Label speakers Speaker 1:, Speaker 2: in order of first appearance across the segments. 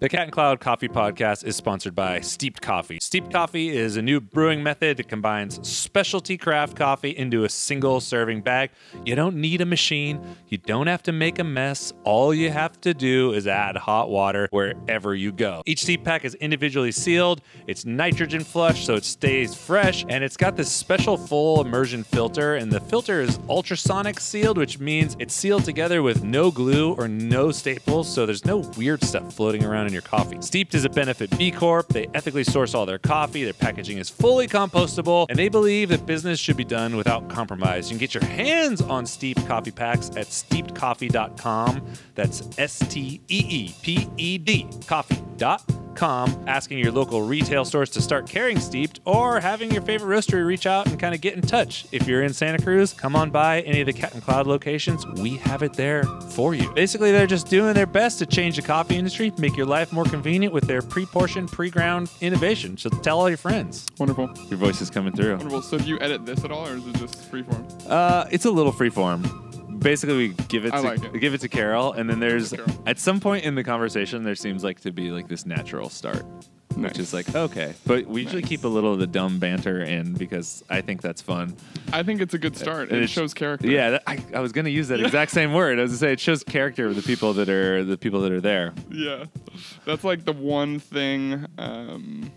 Speaker 1: The Cat and Cloud Coffee Podcast is sponsored by Steeped Coffee. Steeped Coffee is a new brewing method that combines specialty craft coffee into a single serving bag. You don't need a machine, you don't have to make a mess. All you have to do is add hot water wherever you go. Each steep pack is individually sealed, it's nitrogen flushed so it stays fresh, and it's got this special full immersion filter. And the filter is ultrasonic sealed, which means it's sealed together with no glue or no staples, so there's no weird stuff floating around in your coffee. Steeped is a benefit B Corp. They ethically source all their coffee, their packaging is fully compostable, and they believe that business should be done without compromise. You can get your hands on Steeped coffee packs at steepedcoffee.com. That's S T E E P E D coffee.com. Asking your local retail stores to start carrying Steeped or having your favorite roastery reach out and kind of get in touch. If you're in Santa Cruz, come on by any of the Cat and Cloud locations. We have it there for you. Basically, they're just doing their best to change the coffee industry, make your life more convenient with their pre portioned, pre ground innovation. So tell all your friends.
Speaker 2: Wonderful.
Speaker 3: Your voice is coming through.
Speaker 2: Wonderful. So do you edit this at all, or is it just freeform?
Speaker 3: Uh, it's a little freeform. Basically, we give it
Speaker 2: I
Speaker 3: to
Speaker 2: like it.
Speaker 3: give it to Carol, and then there's
Speaker 2: Carol.
Speaker 3: at some point in the conversation there seems like to be like this natural start,
Speaker 2: Nice.
Speaker 3: which is like okay. But we usually
Speaker 2: Nice.
Speaker 3: keep a little of the dumb banter in because I think that's fun.
Speaker 2: I think it's a good start.
Speaker 3: And
Speaker 2: It
Speaker 3: it's-
Speaker 2: shows character.
Speaker 3: Yeah, that, I, I was gonna use that exact same word. I was gonna say it shows character of the people that are the people that are there.
Speaker 2: Yeah, that's like the one thing. Um,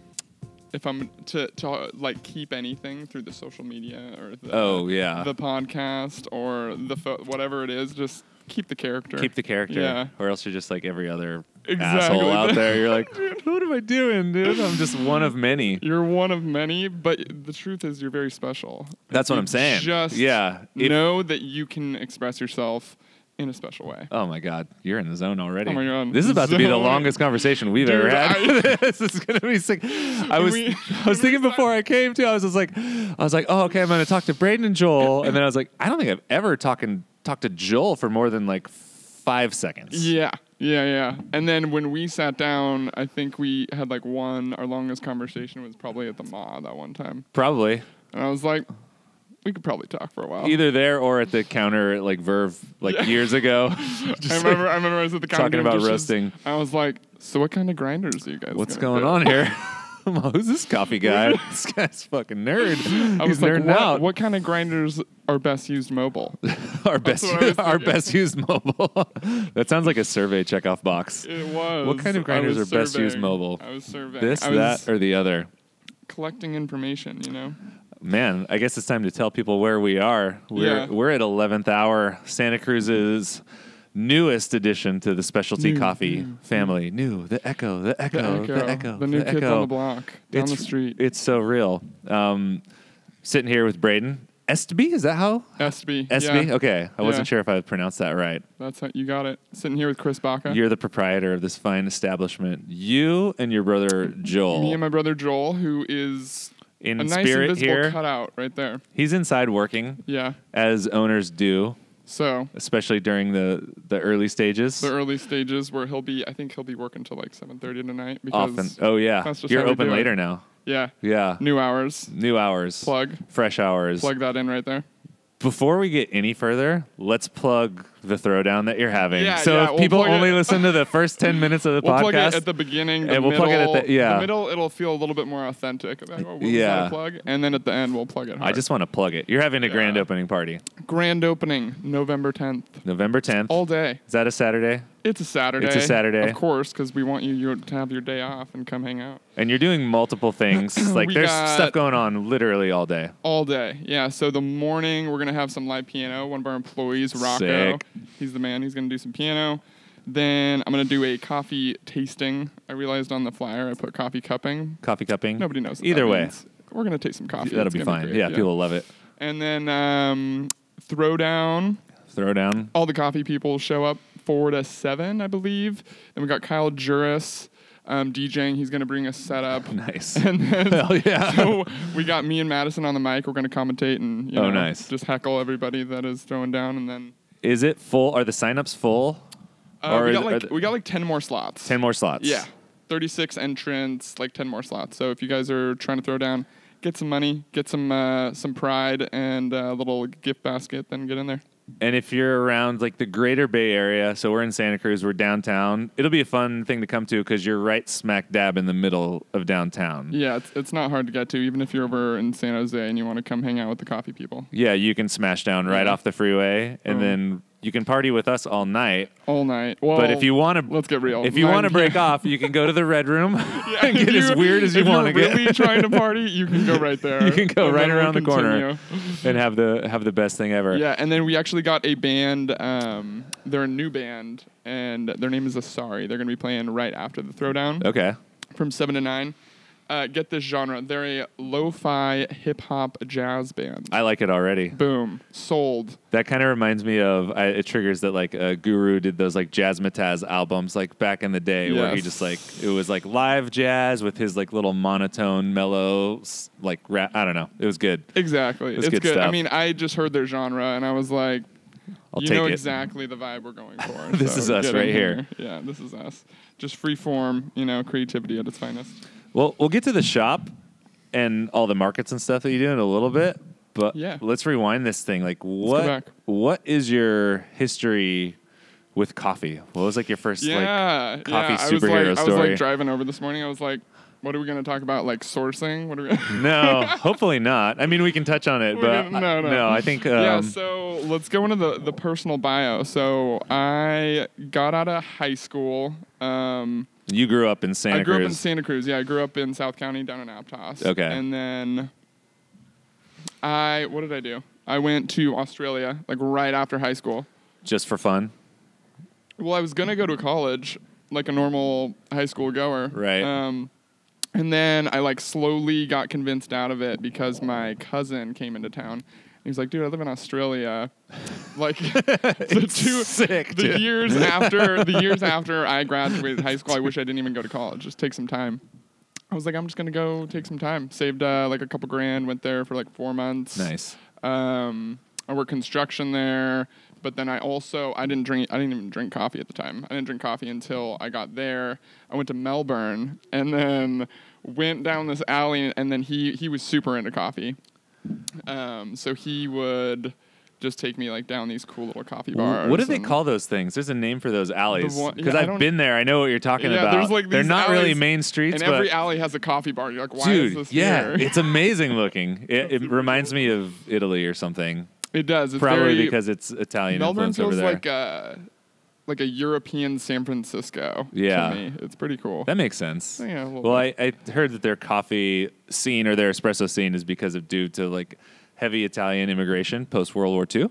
Speaker 2: if I'm to, to like keep anything through the social media or the
Speaker 3: Oh, yeah.
Speaker 2: the podcast or the pho- whatever it is, just keep the character.
Speaker 3: Keep the character,
Speaker 2: Yeah.
Speaker 3: or else you're just like every other
Speaker 2: Exactly.
Speaker 3: asshole out there. You're like, what am I doing, dude? I'm just one of many.
Speaker 2: You're one of many, but the truth is you're very special.
Speaker 3: That's what
Speaker 2: You
Speaker 3: I'm saying.
Speaker 2: Just
Speaker 3: Yeah. If-
Speaker 2: know that you can express yourself in a special way.
Speaker 3: Oh my God, you're in the zone already.
Speaker 2: Oh my God.
Speaker 3: this is about to be the
Speaker 2: Zone.
Speaker 3: longest conversation we've ever
Speaker 2: Dude,
Speaker 3: had. this is gonna be sick. I was,
Speaker 2: We-
Speaker 3: I was thinking before I came too. I was just like, I was like, oh okay, I'm gonna talk to Braden and Joel, and then I was like, I don't think I've ever talking talked to Joel for more than like five seconds.
Speaker 2: Yeah, yeah, yeah. And then when we sat down, I think we had like one. Our longest conversation was probably at the mall that one time,
Speaker 3: Probably
Speaker 2: and I was like, we could probably talk for a while.
Speaker 3: either there or at the counter at like Verve like
Speaker 2: Oh. Yeah.
Speaker 3: years ago.
Speaker 2: I
Speaker 3: Just like,
Speaker 2: remember, I remember I was at the counter
Speaker 3: talking
Speaker 2: doing
Speaker 3: about
Speaker 2: dishes.
Speaker 3: roasting.
Speaker 2: I was like, so what kind of grinders are you guys?
Speaker 3: what's
Speaker 2: gonna
Speaker 3: going
Speaker 2: pick?"
Speaker 3: on here? I'm like, Who's this coffee guy? this guy's fucking nerd.
Speaker 2: I
Speaker 3: He's
Speaker 2: was like,
Speaker 3: nerding
Speaker 2: what,
Speaker 3: out.
Speaker 2: what kind of grinders are best used mobile?
Speaker 3: our best
Speaker 2: what I was
Speaker 3: our
Speaker 2: thinking.
Speaker 3: best used mobile. that sounds like a survey checkoff box.
Speaker 2: It was.
Speaker 3: What kind of
Speaker 2: I
Speaker 3: grinders
Speaker 2: was
Speaker 3: are best used
Speaker 2: surveying.
Speaker 3: mobile?
Speaker 2: I was surveying.
Speaker 3: This,
Speaker 2: I was
Speaker 3: that, or the other.
Speaker 2: collecting information, you know?
Speaker 3: Man, I guess it's time to tell people where we are. We're
Speaker 2: Yeah.
Speaker 3: we're at eleventh hour, Santa Cruz's newest addition to the specialty
Speaker 2: New,
Speaker 3: coffee family. New, the echo, the echo, the echo,
Speaker 2: Mm-hmm. uh, The new kids on the block, down
Speaker 3: it's,
Speaker 2: the street.
Speaker 3: It's so real. Um, sitting here with Braden. Estby, is that how?
Speaker 2: SB.
Speaker 3: Estby?
Speaker 2: Yeah,
Speaker 3: Okay. I
Speaker 2: Yeah.
Speaker 3: wasn't sure if I pronounced that right.
Speaker 2: That's how you got it. Sitting here with Chris Baca.
Speaker 3: You're the proprietor of this fine establishment. You and your brother Joel.
Speaker 2: me and my brother Joel, who is
Speaker 3: in
Speaker 2: a nice
Speaker 3: spirit
Speaker 2: invisible
Speaker 3: here.
Speaker 2: cutout right there.
Speaker 3: He's inside working
Speaker 2: Yeah.
Speaker 3: as owners do,
Speaker 2: So
Speaker 3: especially during the the early stages.
Speaker 2: the early stages where he'll be, I think he'll be working till like seven thirty tonight because
Speaker 3: Often. Oh yeah.
Speaker 2: that's just how
Speaker 3: You're
Speaker 2: we
Speaker 3: open
Speaker 2: do it.
Speaker 3: later now.
Speaker 2: yeah,
Speaker 3: Yeah.
Speaker 2: new hours.
Speaker 3: New hours.
Speaker 2: Plug,
Speaker 3: Fresh hours.
Speaker 2: plug that in right there.
Speaker 3: Before we get any further, let's plug the throwdown that you're having.
Speaker 2: Yeah,
Speaker 3: so
Speaker 2: yeah,
Speaker 3: if
Speaker 2: we'll
Speaker 3: people
Speaker 2: plug it.
Speaker 3: only listen to the first 10 minutes of the
Speaker 2: We'll
Speaker 3: podcast,
Speaker 2: plug it at the beginning, the
Speaker 3: and we'll
Speaker 2: middle.
Speaker 3: plug it at the- yeah.
Speaker 2: the middle, it'll feel a little bit more authentic. About, oh, what was
Speaker 3: Yeah.
Speaker 2: that a plug? And then at the end, we'll plug it.
Speaker 3: I
Speaker 2: hard.
Speaker 3: just want to plug it. You're having a grand
Speaker 2: Yeah.
Speaker 3: opening party,
Speaker 2: grand opening, November tenth,
Speaker 3: November 10th.
Speaker 2: all day.
Speaker 3: Is that a Saturday?
Speaker 2: It's a Saturday.
Speaker 3: Saturday.
Speaker 2: of course, because we want you you to have your day off and come hang out.
Speaker 3: And you're doing multiple things. like
Speaker 2: We
Speaker 3: there's
Speaker 2: got-
Speaker 3: stuff going on literally all day.
Speaker 2: All day. Yeah. So the morning we're gonna have some live piano. One of our employees, Rocco.
Speaker 3: Sick.
Speaker 2: He's the man, he's gonna do some piano. Then I'm gonna do a coffee tasting. I realized on the flyer I put coffee cupping.
Speaker 3: Coffee cupping.
Speaker 2: Nobody knows. What
Speaker 3: Either
Speaker 2: that
Speaker 3: way,
Speaker 2: means. We're gonna taste some coffee.
Speaker 3: that'll
Speaker 2: It's
Speaker 3: be
Speaker 2: gonna
Speaker 3: fine.
Speaker 2: great,
Speaker 3: yeah, people will love it.
Speaker 2: And then um, throw down.
Speaker 3: Throw down.
Speaker 2: All the coffee people show up four to seven, I believe. Then we got Kyle Juris um, DJing. He's gonna bring a setup.
Speaker 3: Nice.
Speaker 2: Oh. And then
Speaker 3: Hell yeah.
Speaker 2: so we got me and Madison on the mic. We're going to commentate and you
Speaker 3: Oh,
Speaker 2: know,
Speaker 3: nice.
Speaker 2: just heckle everybody that is throwing down. And then
Speaker 3: Is it full? Are the signups full?
Speaker 2: uh,
Speaker 3: Or
Speaker 2: we,
Speaker 3: is-
Speaker 2: got
Speaker 3: are
Speaker 2: like,
Speaker 3: the-
Speaker 2: we got like 10 more slots.
Speaker 3: 10 more slots.
Speaker 2: Yeah. 36 entrants, like 10 more slots. So if you guys are trying to throw down, get some money, get some uh, some pride and uh, a little gift basket, then get in there.
Speaker 3: And if you're around like the greater Bay Area, so we're in Santa Cruz, we're downtown, it'll be a fun thing to come to because you're right smack dab in the middle of downtown.
Speaker 2: Yeah, it's, it's not hard to get to, even if you're over in San Jose and you want to come hang out with the coffee people
Speaker 3: Yeah, you can smash down right off the freeway
Speaker 2: Oh.
Speaker 3: and then you can party with us all night.
Speaker 2: all night. Well,
Speaker 3: But if you want to
Speaker 2: let's get real.
Speaker 3: If you want to
Speaker 2: 9
Speaker 3: break
Speaker 2: p.m.
Speaker 3: off, you can go to the red room and
Speaker 2: If
Speaker 3: get as
Speaker 2: you-
Speaker 3: weird as you
Speaker 2: if you're
Speaker 3: want to
Speaker 2: Really trying to party, you can go right there.
Speaker 3: You can go
Speaker 2: And
Speaker 3: right
Speaker 2: then we'll
Speaker 3: around the corner.
Speaker 2: continue.
Speaker 3: get and have the have the best thing ever.
Speaker 2: Yeah, and then we actually got a band. Um, they're a new band, and their name is Asari. They're going to be playing right after the Throwdown
Speaker 3: Okay.
Speaker 2: from seven to nine. Uh, get this genre. They're a lo-fi hip hop jazz band.
Speaker 3: I like it already.
Speaker 2: Boom, sold.
Speaker 3: That kind of reminds me of I, it triggers that like uh, Guru did those like jazzmatazz albums like back in the day where he
Speaker 2: Yes.
Speaker 3: just like it was like live jazz with his like little monotone mellow s- like rap. I don't know. It was good.
Speaker 2: Exactly.
Speaker 3: That's
Speaker 2: it's
Speaker 3: good
Speaker 2: good. I
Speaker 3: stuff.
Speaker 2: mean, I just heard their genre, and I was like,
Speaker 3: I'll
Speaker 2: you
Speaker 3: take
Speaker 2: know
Speaker 3: it.
Speaker 2: exactly the vibe we're going for.
Speaker 3: This
Speaker 2: so
Speaker 3: is us
Speaker 2: get
Speaker 3: right
Speaker 2: in
Speaker 3: here.
Speaker 2: Yeah, this is us. Just free form, you know, creativity at its finest.
Speaker 3: Well, we'll get to the shop and all the markets and stuff that you do in a little bit, but
Speaker 2: Yeah.
Speaker 3: let's rewind this thing. Like, what
Speaker 2: back.
Speaker 3: what is your history with coffee? What was like your first like?
Speaker 2: yeah,
Speaker 3: coffee
Speaker 2: yeah. I was
Speaker 3: superhero
Speaker 2: like, I was
Speaker 3: story.
Speaker 2: like driving over this morning. I was like, what are we going to talk about? Like sourcing? What are we?
Speaker 3: No, hopefully not. I mean, we can touch on it,
Speaker 2: We
Speaker 3: but
Speaker 2: didn't- no, no.
Speaker 3: I think um,
Speaker 2: yeah. So let's go into the the personal bio. So I got out of high school. Um,
Speaker 3: you grew up in Santa
Speaker 2: I grew
Speaker 3: Cruz.
Speaker 2: up in Santa Cruz. Yeah, I grew up in South County down in Aptos.
Speaker 3: Okay.
Speaker 2: And then I what did I do? I went to Australia like right after high school.
Speaker 3: just for fun.
Speaker 2: Well, I was gonna go to college like a normal high school goer.
Speaker 3: Right.
Speaker 2: Um, and then I like slowly got convinced out of it because my cousin came into town. He was like, "Dude, I live in Australia." Like the two
Speaker 3: sick,
Speaker 2: the
Speaker 3: dude.
Speaker 2: years after the years after I graduated high school, I wish I didn't even go to college. Just take some time. I was like, I'm just gonna go take some time. Saved uh, like a couple grand. Went there for like four months.
Speaker 3: Nice.
Speaker 2: Um, I worked construction there, but then I also I didn't drink I didn't even drink coffee at the time. I didn't drink coffee until I got there. I went to Melbourne and then went down this alley, and then he he was super into coffee. Um, so he would just take me like down these cool little coffee bars.
Speaker 3: What do they
Speaker 2: and-
Speaker 3: call those things? There's a name for those alleys
Speaker 2: one- yeah,
Speaker 3: because
Speaker 2: I
Speaker 3: I've
Speaker 2: don't-
Speaker 3: been there. I know what you're talking
Speaker 2: Yeah,
Speaker 3: about.
Speaker 2: there's, like,
Speaker 3: They're
Speaker 2: these
Speaker 3: not really
Speaker 2: alleys,
Speaker 3: main streets,
Speaker 2: And
Speaker 3: but
Speaker 2: every alley has a coffee bar. You're like, why is
Speaker 3: dude,
Speaker 2: this
Speaker 3: yeah,
Speaker 2: here?
Speaker 3: it's amazing looking. It, it reminds me of Italy or something.
Speaker 2: it does. It's
Speaker 3: Probably
Speaker 2: very,
Speaker 3: because it's Italian
Speaker 2: Melbourne
Speaker 3: influence over
Speaker 2: feels
Speaker 3: there.
Speaker 2: like a like a European San Francisco.
Speaker 3: Yeah.
Speaker 2: to me. it's pretty cool.
Speaker 3: that makes sense.
Speaker 2: Oh, Yeah, a little
Speaker 3: well, I, I heard that their coffee scene or their espresso scene is because of due to like heavy Italian immigration post World War II,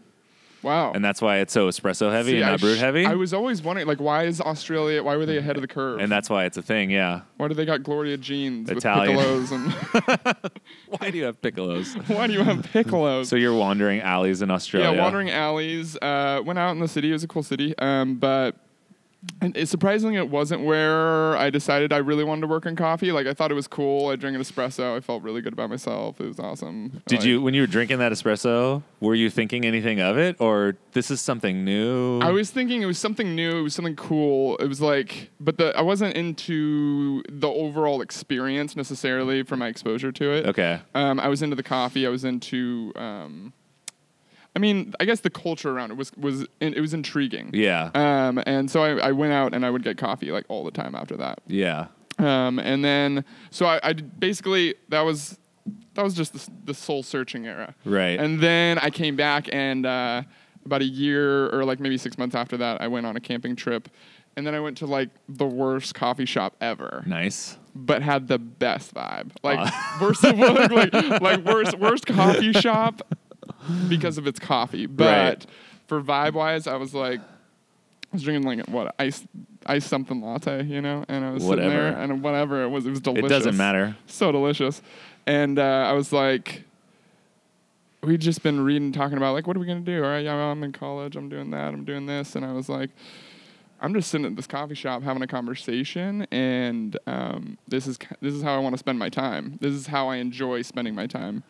Speaker 2: wow.
Speaker 3: and that's why it's so espresso heavy
Speaker 2: See,
Speaker 3: and
Speaker 2: I
Speaker 3: not brewed
Speaker 2: sh-
Speaker 3: heavy.
Speaker 2: I was always wondering, like, why is Australia? Why were they ahead of the curve?
Speaker 3: and that's why it's a thing. Yeah.
Speaker 2: why do they got Gloria jeans
Speaker 3: Italian.
Speaker 2: with piccolos? And
Speaker 3: Why do you have piccolos?
Speaker 2: why do you have piccolos?
Speaker 3: so you're wandering alleys in
Speaker 2: yeah,
Speaker 3: Australia.
Speaker 2: wandering alleys. Uh, went out in the city. It was a cool city, um, but. And it, surprisingly, it wasn't where I decided I really wanted to work in coffee. Like I thought it was cool. I drank an espresso. I felt really good about myself. It was awesome.
Speaker 3: Did
Speaker 2: Like,
Speaker 3: you, when you were drinking that espresso, were you thinking anything of it, or this is something new?
Speaker 2: I was thinking it was something new. It was something cool. It was like, but the I wasn't into the overall experience necessarily from my exposure to it.
Speaker 3: okay.
Speaker 2: Um, I was into the coffee. I was into. Um, I mean, I guess the culture around it was was it was intriguing.
Speaker 3: Yeah.
Speaker 2: Um, and so I, I went out and I would get coffee like all the time after that.
Speaker 3: yeah.
Speaker 2: Um, and then so I, I did- basically that was that was just the, s- the soul searching era.
Speaker 3: Right.
Speaker 2: And then I came back and uh, about a year or like maybe six months after that, I went on a camping trip. And then I went to like the worst coffee shop ever
Speaker 3: Nice.
Speaker 2: but had the best vibe. Like worst of like, like like worst worst coffee shop because of its coffee. But
Speaker 3: Right.
Speaker 2: for vibe wise, I was like I was drinking like what ice ice something latte, you know, and I was sitting there
Speaker 3: Whatever.
Speaker 2: and whatever it was, it was delicious.
Speaker 3: It doesn't matter.
Speaker 2: So delicious, and uh, I was like. We'd just been reading, talking about like, what are we gonna do? All right, yeah, well, I'm in college. I'm doing that. I'm doing this, and I was like, I'm just sitting at this coffee shop having a conversation, and um, this is ki- this is how I want to spend my time. This is how I enjoy spending my time.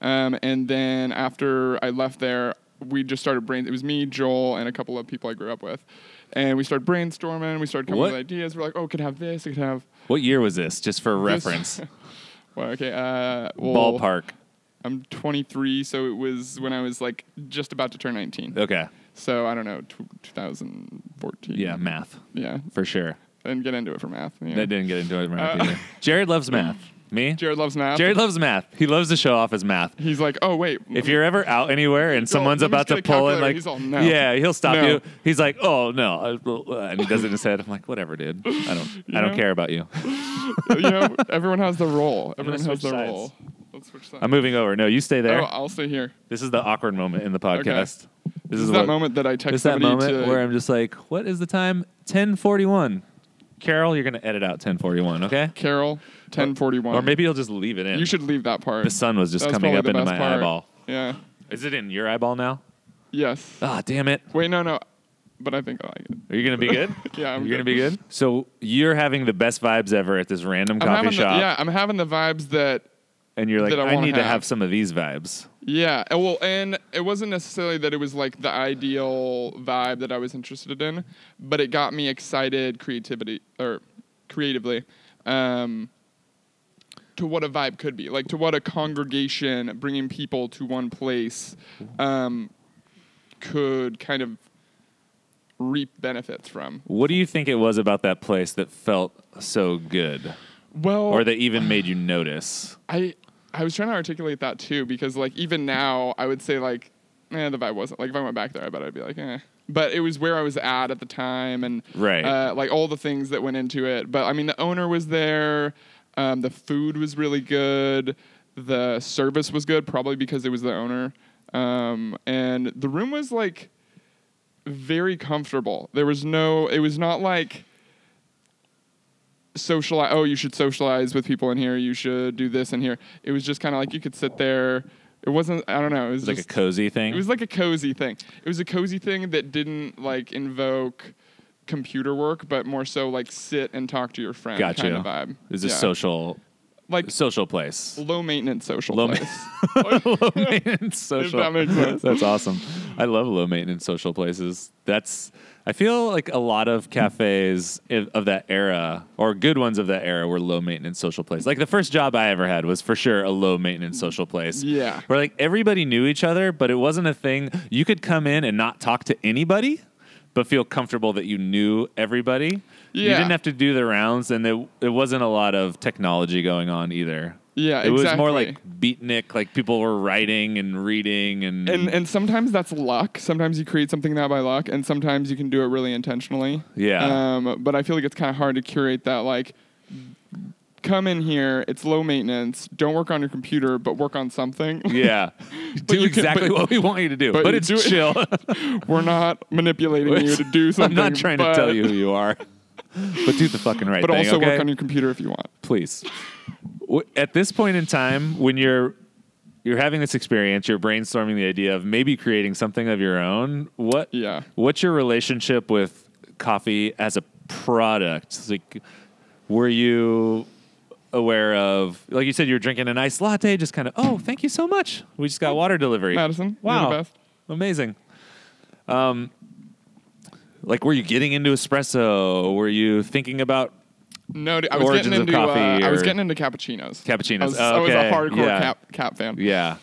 Speaker 2: Um, and then after I left there, we just started brain. It was me, Joel, and a couple of people I grew up with, and we started brainstorming. We started coming
Speaker 3: What-
Speaker 2: with ideas. We're like, oh, we could have this. We could have
Speaker 3: What year was this? Just for reference,
Speaker 2: well, okay. Uh, well,
Speaker 3: ballpark.
Speaker 2: I'm 23, so it was when I was like just about to turn 19.
Speaker 3: Okay.
Speaker 2: So I don't know, tw 2014.
Speaker 3: Yeah, math
Speaker 2: Yeah.
Speaker 3: for sure.
Speaker 2: I didn't get into it for math. you know.
Speaker 3: That didn't get into it. Right
Speaker 2: Uh,
Speaker 3: either. Jared loves math. Me.
Speaker 2: Jared loves math.
Speaker 3: Jared loves math. He loves to show off his math.
Speaker 2: He's like, oh wait,
Speaker 3: If you're ever out anywhere and someone's
Speaker 2: let me
Speaker 3: about
Speaker 2: just get
Speaker 3: to
Speaker 2: a
Speaker 3: pull in,
Speaker 2: calculator.
Speaker 3: like,
Speaker 2: He's all, "No.
Speaker 3: yeah, he'll stop
Speaker 2: No."
Speaker 3: you. He's like, oh no, I- well, uh," and he does it in his head. I'm like, whatever, dude. I don't, I don't
Speaker 2: know?
Speaker 3: care about you.
Speaker 2: you know, everyone has the role. Everyone has
Speaker 3: switch
Speaker 2: the
Speaker 3: sides.
Speaker 2: role. Let's switch sides.
Speaker 3: I'm moving over. No, you stay
Speaker 2: oh,
Speaker 3: there.
Speaker 2: I'll stay here.
Speaker 3: This is the awkward moment in the podcast. This is
Speaker 2: This is that
Speaker 3: what-
Speaker 2: moment that I text
Speaker 3: It's that
Speaker 2: somebody
Speaker 3: moment
Speaker 2: to.
Speaker 3: where I'm just like, what is the time? 10:41. Carol, you're gonna edit out 10:41, okay?
Speaker 2: Carol, 1041.
Speaker 3: Or maybe you'll just leave it in.
Speaker 2: you should leave that part.
Speaker 3: The sun was just
Speaker 2: That was
Speaker 3: coming
Speaker 2: probably
Speaker 3: up
Speaker 2: the
Speaker 3: into my
Speaker 2: best part.
Speaker 3: eyeball.
Speaker 2: Yeah.
Speaker 3: Is it in your eyeball now?
Speaker 2: Yes.
Speaker 3: Ah, damn it.
Speaker 2: Wait, no, no. But I think I like it.
Speaker 3: Are you gonna be good?
Speaker 2: Yeah, I'm
Speaker 3: you're gonna
Speaker 2: good.
Speaker 3: be good. So you're having the best vibes ever at this random
Speaker 2: I'm
Speaker 3: coffee
Speaker 2: having
Speaker 3: shop,
Speaker 2: The, yeah, I'm having the vibes that.
Speaker 3: and you're like,
Speaker 2: That I
Speaker 3: I,
Speaker 2: wanna
Speaker 3: need to have
Speaker 2: have.
Speaker 3: some of these vibes.
Speaker 2: Yeah. and Well, and it wasn't necessarily that it was like the ideal vibe that I was interested in, but it got me excited, creativity or creatively, um, to what a vibe could be, like to what a congregation bringing people to one place, um, could kind of reap benefits from.
Speaker 3: What do you think it was about that place that felt so good,
Speaker 2: Well,
Speaker 3: or that even made you notice?
Speaker 2: I I was trying to articulate that too because like even now I would say like eh, the vibe wasn't like if I went back there I bet I'd be like eh. But it was where I was at at the time and
Speaker 3: Right.
Speaker 2: uh, like all the things that went into it. But I mean the owner was there, um, the food was really good, the service was good probably because it was the owner, um, and the room was like very comfortable. There was no. It was not like socialize. Oh, you should socialize with people in here. You should do this in here. It was just kind of like you could sit there. It wasn't. I don't know. It was,
Speaker 3: It's like a
Speaker 2: just.
Speaker 3: cozy thing.
Speaker 2: it was like a cozy thing. It was a cozy thing that didn't like invoke computer work, but more so like sit and talk to your friend
Speaker 3: Gotcha.
Speaker 2: kind of vibe.
Speaker 3: It's a
Speaker 2: Yeah.
Speaker 3: social,
Speaker 2: like
Speaker 3: social place.
Speaker 2: low maintenance social
Speaker 3: Low ma-
Speaker 2: place.
Speaker 3: low maintenance social.
Speaker 2: that makes sense.
Speaker 3: That's awesome. I love low maintenance social places. That's I feel like a lot of cafes i- of that era or good ones of that era were low maintenance social places. Like the first job I ever had was for sure a low maintenance social place.
Speaker 2: Yeah.
Speaker 3: Where like everybody knew each other, but it wasn't a thing. You could come in and not talk to anybody. But feel comfortable that you knew everybody. You
Speaker 2: Yeah.
Speaker 3: didn't have to do the rounds, and there, there wasn't a lot of technology going on either.
Speaker 2: Yeah,
Speaker 3: It was more
Speaker 2: exactly.
Speaker 3: like beatnik, like people were writing and reading and,
Speaker 2: and and sometimes that's luck. Sometimes you create something that by luck, and sometimes you can do it really intentionally.
Speaker 3: Yeah.
Speaker 2: Um, but I feel like it's kind of hard to curate that. Like, come in here. It's low maintenance. Don't work on your computer, but work on something.
Speaker 3: yeah, do
Speaker 2: you can-
Speaker 3: exactly
Speaker 2: but-
Speaker 3: what we want you to do, but,
Speaker 2: but you
Speaker 3: it's
Speaker 2: do it-
Speaker 3: chill.
Speaker 2: We're not manipulating you to do
Speaker 3: I'm
Speaker 2: something.
Speaker 3: not trying
Speaker 2: but-
Speaker 3: to tell you who you are, but do the fucking right
Speaker 2: But
Speaker 3: thing.
Speaker 2: also
Speaker 3: okay?
Speaker 2: work on your computer if you want.
Speaker 3: please. W- At this point in time, when you're you're having this experience, you're brainstorming the idea of maybe creating something of your own. What
Speaker 2: Yeah.
Speaker 3: What's your relationship with coffee as a product? It's Like, were you aware of like you said you were drinking an iced latte? Just kind of oh, thank you so much. We just got water delivery.
Speaker 2: Madison, you're the
Speaker 3: wow,
Speaker 2: best.
Speaker 3: amazing. Um, like, were you getting into espresso? Were you thinking about
Speaker 2: No, dude, I was
Speaker 3: Origins
Speaker 2: getting
Speaker 3: of
Speaker 2: into uh,
Speaker 3: coffee
Speaker 2: I was
Speaker 3: or-
Speaker 2: getting into cappuccinos.
Speaker 3: Cappuccinos,
Speaker 2: I was, I was
Speaker 3: okay,
Speaker 2: a hardcore
Speaker 3: yeah.
Speaker 2: cap cap fan.
Speaker 3: yeah?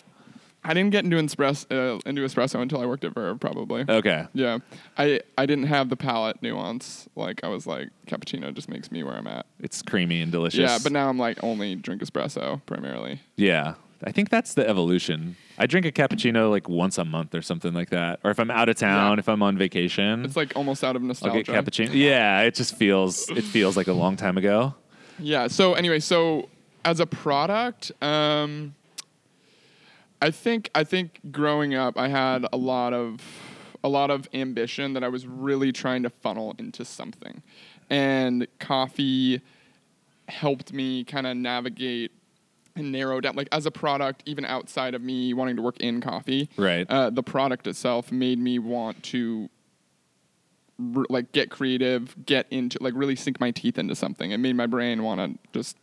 Speaker 2: I didn't get into espresso uh, into espresso until I worked at Verve probably.
Speaker 3: Okay.
Speaker 2: Yeah, I I didn't have the palate nuance. Like I was like cappuccino just makes me where I'm at.
Speaker 3: It's creamy and delicious.
Speaker 2: yeah, but now I'm like only drink espresso primarily.
Speaker 3: Yeah. I think that's the evolution. I drink a cappuccino like once a month or something like that. Or if I'm out of town,
Speaker 2: Yeah.
Speaker 3: if I'm on vacation,
Speaker 2: It's like almost out of
Speaker 3: I'll
Speaker 2: nostalgia.
Speaker 3: get cappuccino. Yeah, it just feels it feels like a long time ago.
Speaker 2: Yeah. So anyway, so as a product, um, I think I think growing up, I had a lot of a lot of ambition that I was really trying to funnel into something, and coffee helped me kind of navigate and narrow down like as a product even outside of me wanting to work in coffee
Speaker 3: Right.
Speaker 2: uh, the product itself made me want to r- like get creative, get into like really sink my teeth into something. It made my brain want to just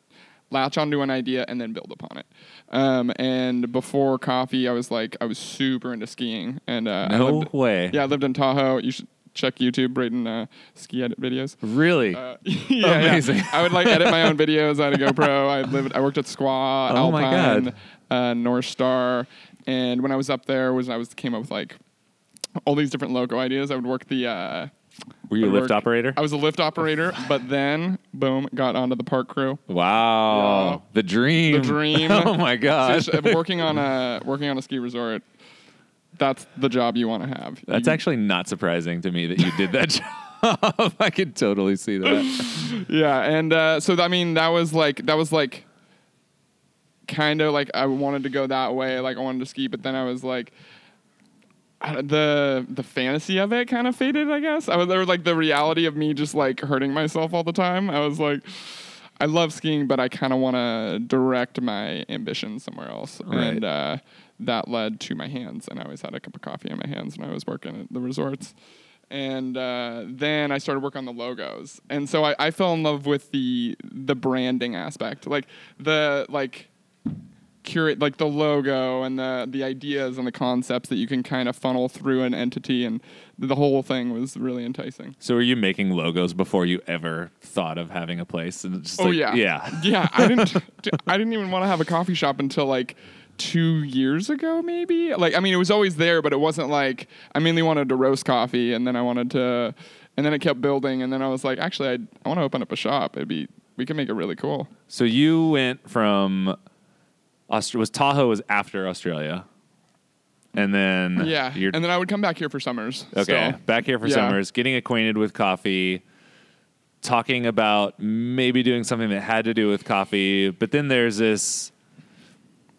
Speaker 2: latch onto an idea and then build upon it. Um, and before coffee, I was like I was super into skiing and uh, I
Speaker 3: No
Speaker 2: lived,
Speaker 3: way.
Speaker 2: yeah, I lived in Tahoe. You should check YouTube, Braden uh, ski edit videos.
Speaker 3: Really?
Speaker 2: Uh, yeah,
Speaker 3: Amazing.
Speaker 2: yeah. I would like edit my own videos. I had a GoPro. I lived. I worked at Squaw. At
Speaker 3: Oh my
Speaker 2: Alpine.
Speaker 3: God.
Speaker 2: uh, North Star. And when I was up there, was I was came up with like all these different logo ideas. I would work the. Uh,
Speaker 3: Were you a
Speaker 2: I
Speaker 3: lift
Speaker 2: worked-
Speaker 3: operator?
Speaker 2: I was a lift operator, but then boom, got onto the park crew.
Speaker 3: wow,
Speaker 2: Yeah.
Speaker 3: the dream.
Speaker 2: The dream.
Speaker 3: oh my gosh,
Speaker 2: Seriously, uh, working on a working on a ski resort. That's the job you want to have.
Speaker 3: that's
Speaker 2: You-
Speaker 3: actually not surprising to me that you did that job. I could totally see that.
Speaker 2: yeah, and uh, so I mean that was like that was like kind of like I wanted to go that way, like I wanted to ski, but then I was like I- the the fantasy of it kind of faded, I guess. I was there was like the reality of me just like hurting myself all the time. I was like I love skiing, but I kind of want to direct my ambition somewhere else.
Speaker 3: Right.
Speaker 2: And uh, that led to my hands. And I always had a cup of coffee in my hands when I was working at the resorts. And uh, then I started work on the logos. And so I, I fell in love with the the branding aspect, like the like curate like the logo and the the ideas and the concepts that you can kind of funnel through an entity and the whole thing was really enticing.
Speaker 3: So, were you making logos before you ever thought of having a place? And it's just
Speaker 2: Oh
Speaker 3: like,
Speaker 2: yeah,
Speaker 3: yeah.
Speaker 2: yeah. I didn't. d- I didn't even want to have a coffee shop until like two years ago, maybe. Like, I mean, it was always there, but it wasn't like I mainly wanted to roast coffee, and then I wanted to, and then it kept building, and then I was like, actually, I'd, I want to open up a shop. It'd be we can make it really cool.
Speaker 3: So you went from Aust- was Tahoe was after Australia, and then
Speaker 2: Yeah,
Speaker 3: you're
Speaker 2: and then I would come back here for summers.
Speaker 3: okay
Speaker 2: so-
Speaker 3: back here for
Speaker 2: yeah.
Speaker 3: summers, getting acquainted with coffee, talking about maybe doing something that had to do with coffee, but then there's this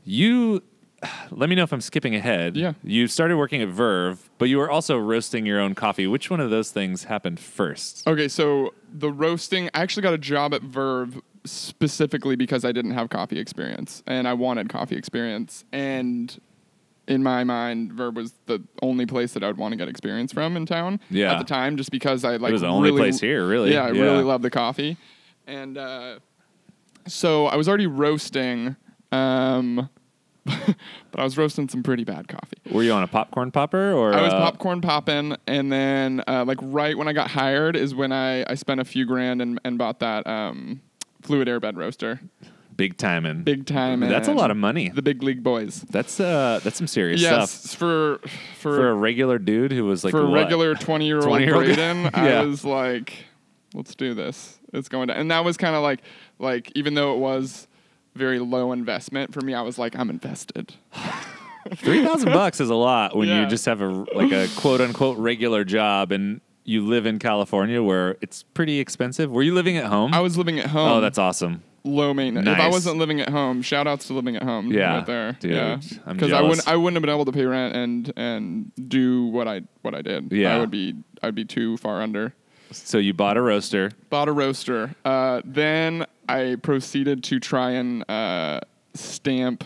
Speaker 3: you. Let me know if I'm skipping ahead.
Speaker 2: Yeah.
Speaker 3: you started working at Verve, but you were also roasting your own coffee. Which one of those things happened first?
Speaker 2: Okay, so the roasting, I actually got a job at Verve specifically because I didn't have coffee experience and I wanted coffee experience. And in my mind, Verve was the only place that I would want to get experience from in town
Speaker 3: Yeah.
Speaker 2: at the time, just because I like
Speaker 3: was the only
Speaker 2: really-
Speaker 3: place here, really.
Speaker 2: Yeah, I
Speaker 3: Yeah.
Speaker 2: really love the coffee. And uh, so I was already roasting, um, but I was roasting some pretty bad coffee.
Speaker 3: Were you on a popcorn popper or
Speaker 2: I was
Speaker 3: uh,
Speaker 2: popcorn popping, and then uh, like right when I got hired is when I, I spent a few grand and, and bought that um, fluid airbed roaster,
Speaker 3: big timing?
Speaker 2: big time.
Speaker 3: That's a
Speaker 2: and
Speaker 3: lot of money.
Speaker 2: the big league boys.
Speaker 3: That's uh, that's some serious
Speaker 2: Yes,
Speaker 3: stuff
Speaker 2: for for
Speaker 3: for a
Speaker 2: for,
Speaker 3: regular dude who was like
Speaker 2: a
Speaker 3: what?
Speaker 2: regular twenty year old
Speaker 3: 20-year-old guy.
Speaker 2: Braden,
Speaker 3: Yeah.
Speaker 2: I was like, let's do this. It's going to, and that was kind of like like even though it was very low investment for me, I was like, I'm invested.
Speaker 3: Three thousand bucks is a lot when
Speaker 2: Yeah.
Speaker 3: you just have a like a quote unquote regular job and you live in California where it's pretty expensive. Were you living at home?
Speaker 2: I was um, living at home.
Speaker 3: oh, that's awesome.
Speaker 2: low maintenance. If I
Speaker 3: Nice.
Speaker 2: wasn't living at home, shout outs to living at home.
Speaker 3: Yeah,
Speaker 2: right there.
Speaker 3: dude,
Speaker 2: yeah,
Speaker 3: I'm
Speaker 2: I
Speaker 3: jealous.
Speaker 2: wouldn't I wouldn't have been able to pay rent and and do what I what I did.
Speaker 3: Yeah.
Speaker 2: I would be I'd be too far under.
Speaker 3: So you bought a roaster.
Speaker 2: Bought a roaster. Uh, then I proceeded to try and uh, stamp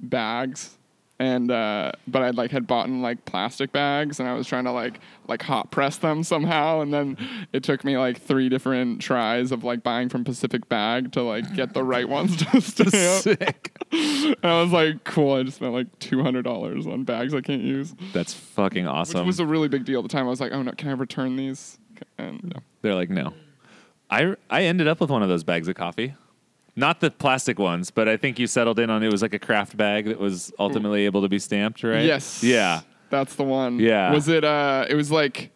Speaker 2: bags. And uh, but I like had bought in like plastic bags, and I was trying to like like hot press them somehow, and then it took me like three different tries of like buying from Pacific Bag to like get the right ones to stamp.
Speaker 3: Sick.
Speaker 2: And I was like, cool, I just spent like $200 on bags I can't use, which
Speaker 3: That's fucking awesome.
Speaker 2: was a really big deal at the time. I was like, oh no, can I return these? And no.
Speaker 3: They're like, no. I I ended up with one of those bags of coffee. Not the plastic ones, but I think you settled in on it was like a craft bag that was ultimately able to be stamped, right?
Speaker 2: Yes.
Speaker 3: Yeah.
Speaker 2: That's the one.
Speaker 3: Yeah.
Speaker 2: Was it, uh, it was like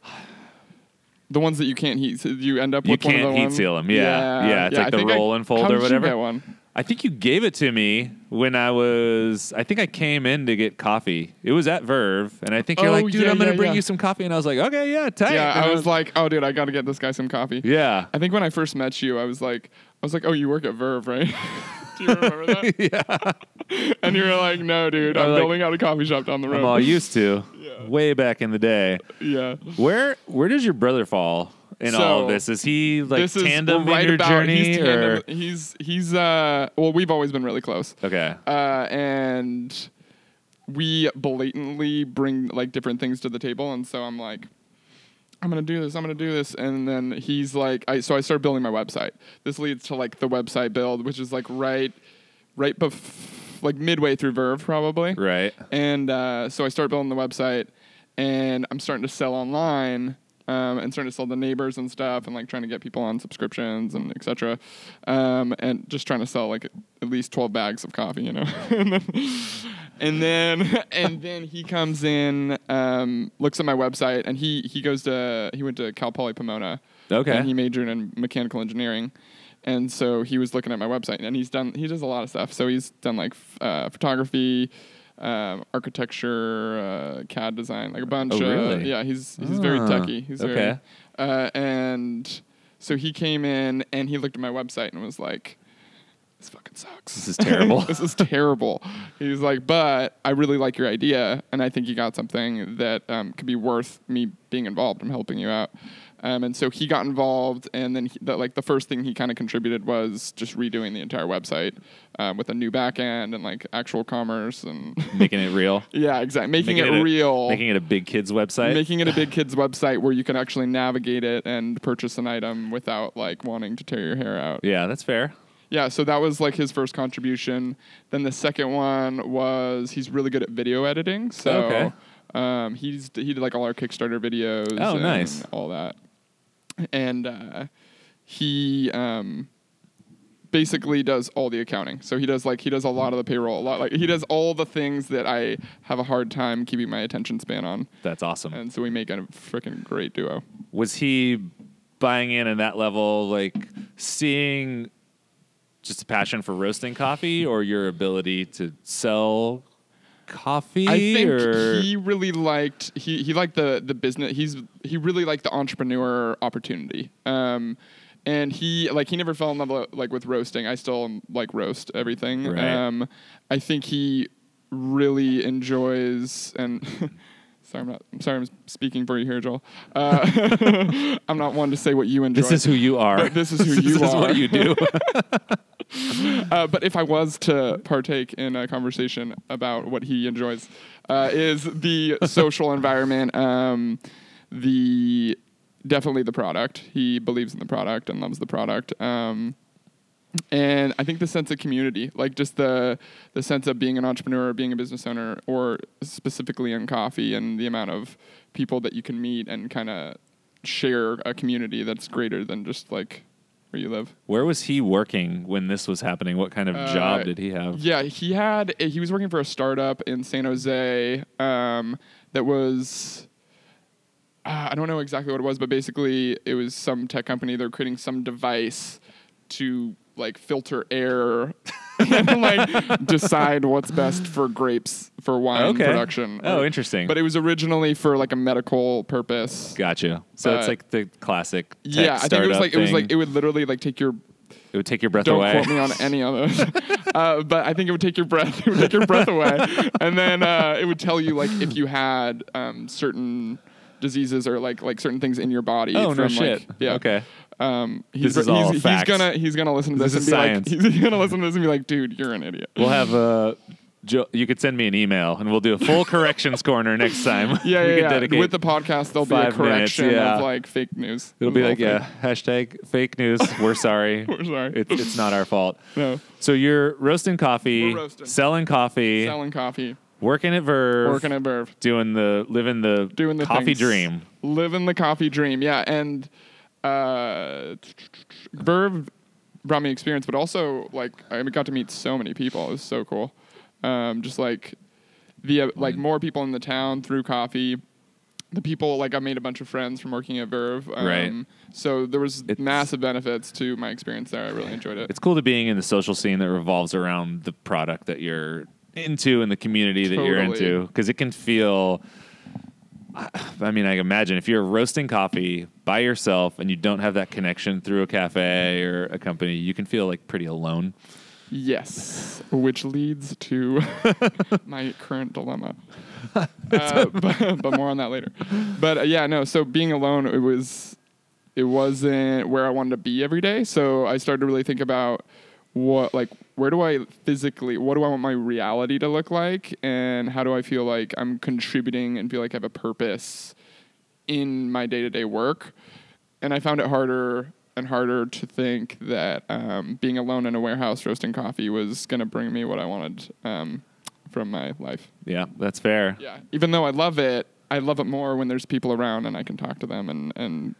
Speaker 2: the ones that you can't heat, so you end up
Speaker 3: You
Speaker 2: with one of
Speaker 3: can't
Speaker 2: the
Speaker 3: heat
Speaker 2: one-
Speaker 3: seal 'em. Yeah. Yeah, it's like
Speaker 2: I
Speaker 3: the
Speaker 2: think I-
Speaker 3: roll and fold
Speaker 2: how
Speaker 3: or
Speaker 2: did you
Speaker 3: whatever.
Speaker 2: get one?
Speaker 3: I think you gave it to me when I was. I think I came in to get coffee. It was at Verve, and I think you're
Speaker 2: Oh,
Speaker 3: like, dude,
Speaker 2: yeah,
Speaker 3: I'm gonna
Speaker 2: yeah,
Speaker 3: bring
Speaker 2: yeah.
Speaker 3: you some coffee, and I was like, okay, yeah, tight.
Speaker 2: Yeah.
Speaker 3: And
Speaker 2: I was like, oh dude, I got to get this guy some coffee.
Speaker 3: yeah,
Speaker 2: I think when I first met you, I was like, I was like, oh, you work at Verve, right? Do you remember that? yeah. And you were like, no, dude, I'm
Speaker 3: was like,
Speaker 2: building out a coffee shop down the road.
Speaker 3: I'm all used to.
Speaker 2: Yeah.
Speaker 3: Way back in the day,
Speaker 2: yeah.
Speaker 3: where where does your brother fall in all of
Speaker 2: So,
Speaker 3: this? Is he like
Speaker 2: this is
Speaker 3: tandem
Speaker 2: right
Speaker 3: in your
Speaker 2: about,
Speaker 3: journey,
Speaker 2: he's
Speaker 3: or
Speaker 2: tandem- he's he's uh well we've always been really close
Speaker 3: okay?
Speaker 2: uh and we blatantly bring like different things to the table and so i'm like i'm gonna do this i'm gonna do this and then he's like i so i started building my website this leads to like the website build which is like right right bef- like midway through verve probably
Speaker 3: Right.
Speaker 2: and uh, so I start building the website, and I'm starting to sell online, um, and starting to sell to neighbors and stuff, and like trying to get people on subscriptions and etc. Um, and just trying to sell like at least twelve bags of coffee, you know. and then and then, and then he comes in, um, looks at my website, and he he goes to he went to Cal Poly Pomona.
Speaker 3: Okay.
Speaker 2: And he majored in mechanical engineering. And so he was looking at my website, and he's done. He does a lot of stuff. So he's done like f- uh, photography, um, architecture, uh, CAD design, like a bunch.
Speaker 3: Oh,
Speaker 2: of,
Speaker 3: really?
Speaker 2: Yeah, he's he's very
Speaker 3: Ah,
Speaker 2: techy. He's
Speaker 3: okay.
Speaker 2: very. Uh, and so he came in and he looked at my website and was like, "This fucking sucks.
Speaker 3: This is terrible."
Speaker 2: this is terrible." He's like, "But I really like your idea, and I think you got something that um, could be worth me being involved. I'm helping you out." Um, and so he got involved, and then he, the, like the first thing he kind of contributed was just redoing the entire website um, with a new back end and like actual commerce and
Speaker 3: making it real,
Speaker 2: yeah, exactly, making, it,
Speaker 3: a-
Speaker 2: real,
Speaker 3: making it a big kids website.
Speaker 2: making it a big kids website where you can actually navigate it and purchase an item without like wanting to tear your hair out.
Speaker 3: yeah, that's fair.
Speaker 2: Yeah, so that was like his first contribution. Then the second one was he's really good at video editing. So
Speaker 3: Okay.
Speaker 2: um, he's he did like all our Kickstarter videos.
Speaker 3: Oh,
Speaker 2: and
Speaker 3: nice.
Speaker 2: All that, and uh, he um, basically does all the accounting. So he does like he does a lot of the payroll, a lot like he does all the things that I have a hard time keeping my attention span on.
Speaker 3: That's awesome.
Speaker 2: And so we make a freaking great duo.
Speaker 3: was he buying in at that level like seeing just a passion for roasting coffee or your ability to sell coffee
Speaker 2: I think
Speaker 3: or
Speaker 2: he really liked he he liked the the business. He's he really liked the entrepreneur opportunity. Um, and he like he never fell in love like with roasting. I still um, like roast everything.
Speaker 3: Right.
Speaker 2: Um, I think he really enjoys and. Sorry, I'm not. I'm sorry, I'm speaking for you here, Joel. Uh, I'm not one to say what you enjoy.
Speaker 3: this is who you are
Speaker 2: This is who you
Speaker 3: this is
Speaker 2: are.
Speaker 3: what you do
Speaker 2: uh, but if I was to partake in a conversation about what he enjoys, uh, is the social environment, um, the definitely the product. He believes in the product and loves the product. Um, and I think the sense of community, like just the the sense of being an entrepreneur, being a business owner, or specifically in coffee, and the amount of people that you can meet and kind of share a community that's greater than just like where you live.
Speaker 3: where was he working when this was happening what kind of
Speaker 2: Uh,
Speaker 3: job did he have
Speaker 2: Yeah, he had he was working for a startup in San Jose um, that was uh, I don't know exactly what it was, but basically it was some tech company. they were creating some device to like filter air and like decide what's best for grapes for wine
Speaker 3: Okay.
Speaker 2: production.
Speaker 3: Oh, interesting.
Speaker 2: But it was originally for like a medical purpose.
Speaker 3: gotcha so it's
Speaker 2: Uh,
Speaker 3: like the classic tech
Speaker 2: yeah, I think it was
Speaker 3: startup
Speaker 2: like it was like
Speaker 3: thing.
Speaker 2: it would literally like take your
Speaker 3: It would take your breath
Speaker 2: don't
Speaker 3: away Oh,
Speaker 2: quote me on any of those. uh, but I think it would take your breath. It would take your breath away, and then uh, it would tell you like if you had um, certain diseases or like like certain things in your body.
Speaker 3: oh
Speaker 2: from,
Speaker 3: no
Speaker 2: like-
Speaker 3: shit
Speaker 2: yeah.
Speaker 3: okay
Speaker 2: Um, he's,
Speaker 3: This is
Speaker 2: he's,
Speaker 3: all
Speaker 2: he's
Speaker 3: facts.
Speaker 2: gonna he's gonna listen to this,
Speaker 3: This is
Speaker 2: and be
Speaker 3: science.
Speaker 2: like he's gonna listen to this and be like, dude, you're an idiot.
Speaker 3: we'll have uh Joe, you could send me an email and we'll do a full corrections corner next time
Speaker 2: Yeah,
Speaker 3: we
Speaker 2: yeah,
Speaker 3: could
Speaker 2: yeah.
Speaker 3: dedicate
Speaker 2: With the podcast, there'll be a
Speaker 3: five minutes,
Speaker 2: correction
Speaker 3: yeah.
Speaker 2: of like fake news.
Speaker 3: It'll be
Speaker 2: It's all
Speaker 3: like,
Speaker 2: fake.
Speaker 3: yeah, hashtag fake news. We're sorry.
Speaker 2: We're sorry.
Speaker 3: It's, it's not our fault.
Speaker 2: No.
Speaker 3: So you're roasting coffee,
Speaker 2: We're roasting.
Speaker 3: selling coffee,
Speaker 2: selling coffee,
Speaker 3: working at Verve,
Speaker 2: working at Verve.
Speaker 3: doing the living the
Speaker 2: doing the
Speaker 3: coffee
Speaker 2: things.
Speaker 3: dream.
Speaker 2: living the coffee dream. Yeah, and uh, Verve brought me experience, but also like I got to meet so many people. It was so cool. Um, just like the uh,
Speaker 3: Mm.
Speaker 2: like more people in the town through coffee. The people like I made a bunch of friends from working at Verve. Um,
Speaker 3: Right.
Speaker 2: So there was
Speaker 3: It's-
Speaker 2: massive benefits to my experience there. I really enjoyed it.
Speaker 3: It's cool to being in the social scene that revolves around the product that you're into and the community that you're
Speaker 2: Totally.
Speaker 3: into because it can feel. I- I mean, I imagine if you're roasting coffee by yourself and you don't have that connection through a cafe or a company, you can feel like pretty alone.
Speaker 2: Yes, which leads to my current dilemma. Uh, but, but more on that later. But uh, yeah, no. So being alone, it was, it wasn't where I wanted to be every day. So I started to really think about what, like, where do I physically, what do I want my reality to look like, and how do I feel like I'm contributing and feel like I have a purpose in my day to day work. And I found it harder and harder to think that um, being alone in a warehouse roasting coffee was going to bring me what I wanted um, from my life.
Speaker 3: Yeah, that's fair.
Speaker 2: Yeah. Even though I love it, I love it more when there's people around and I can talk to them and and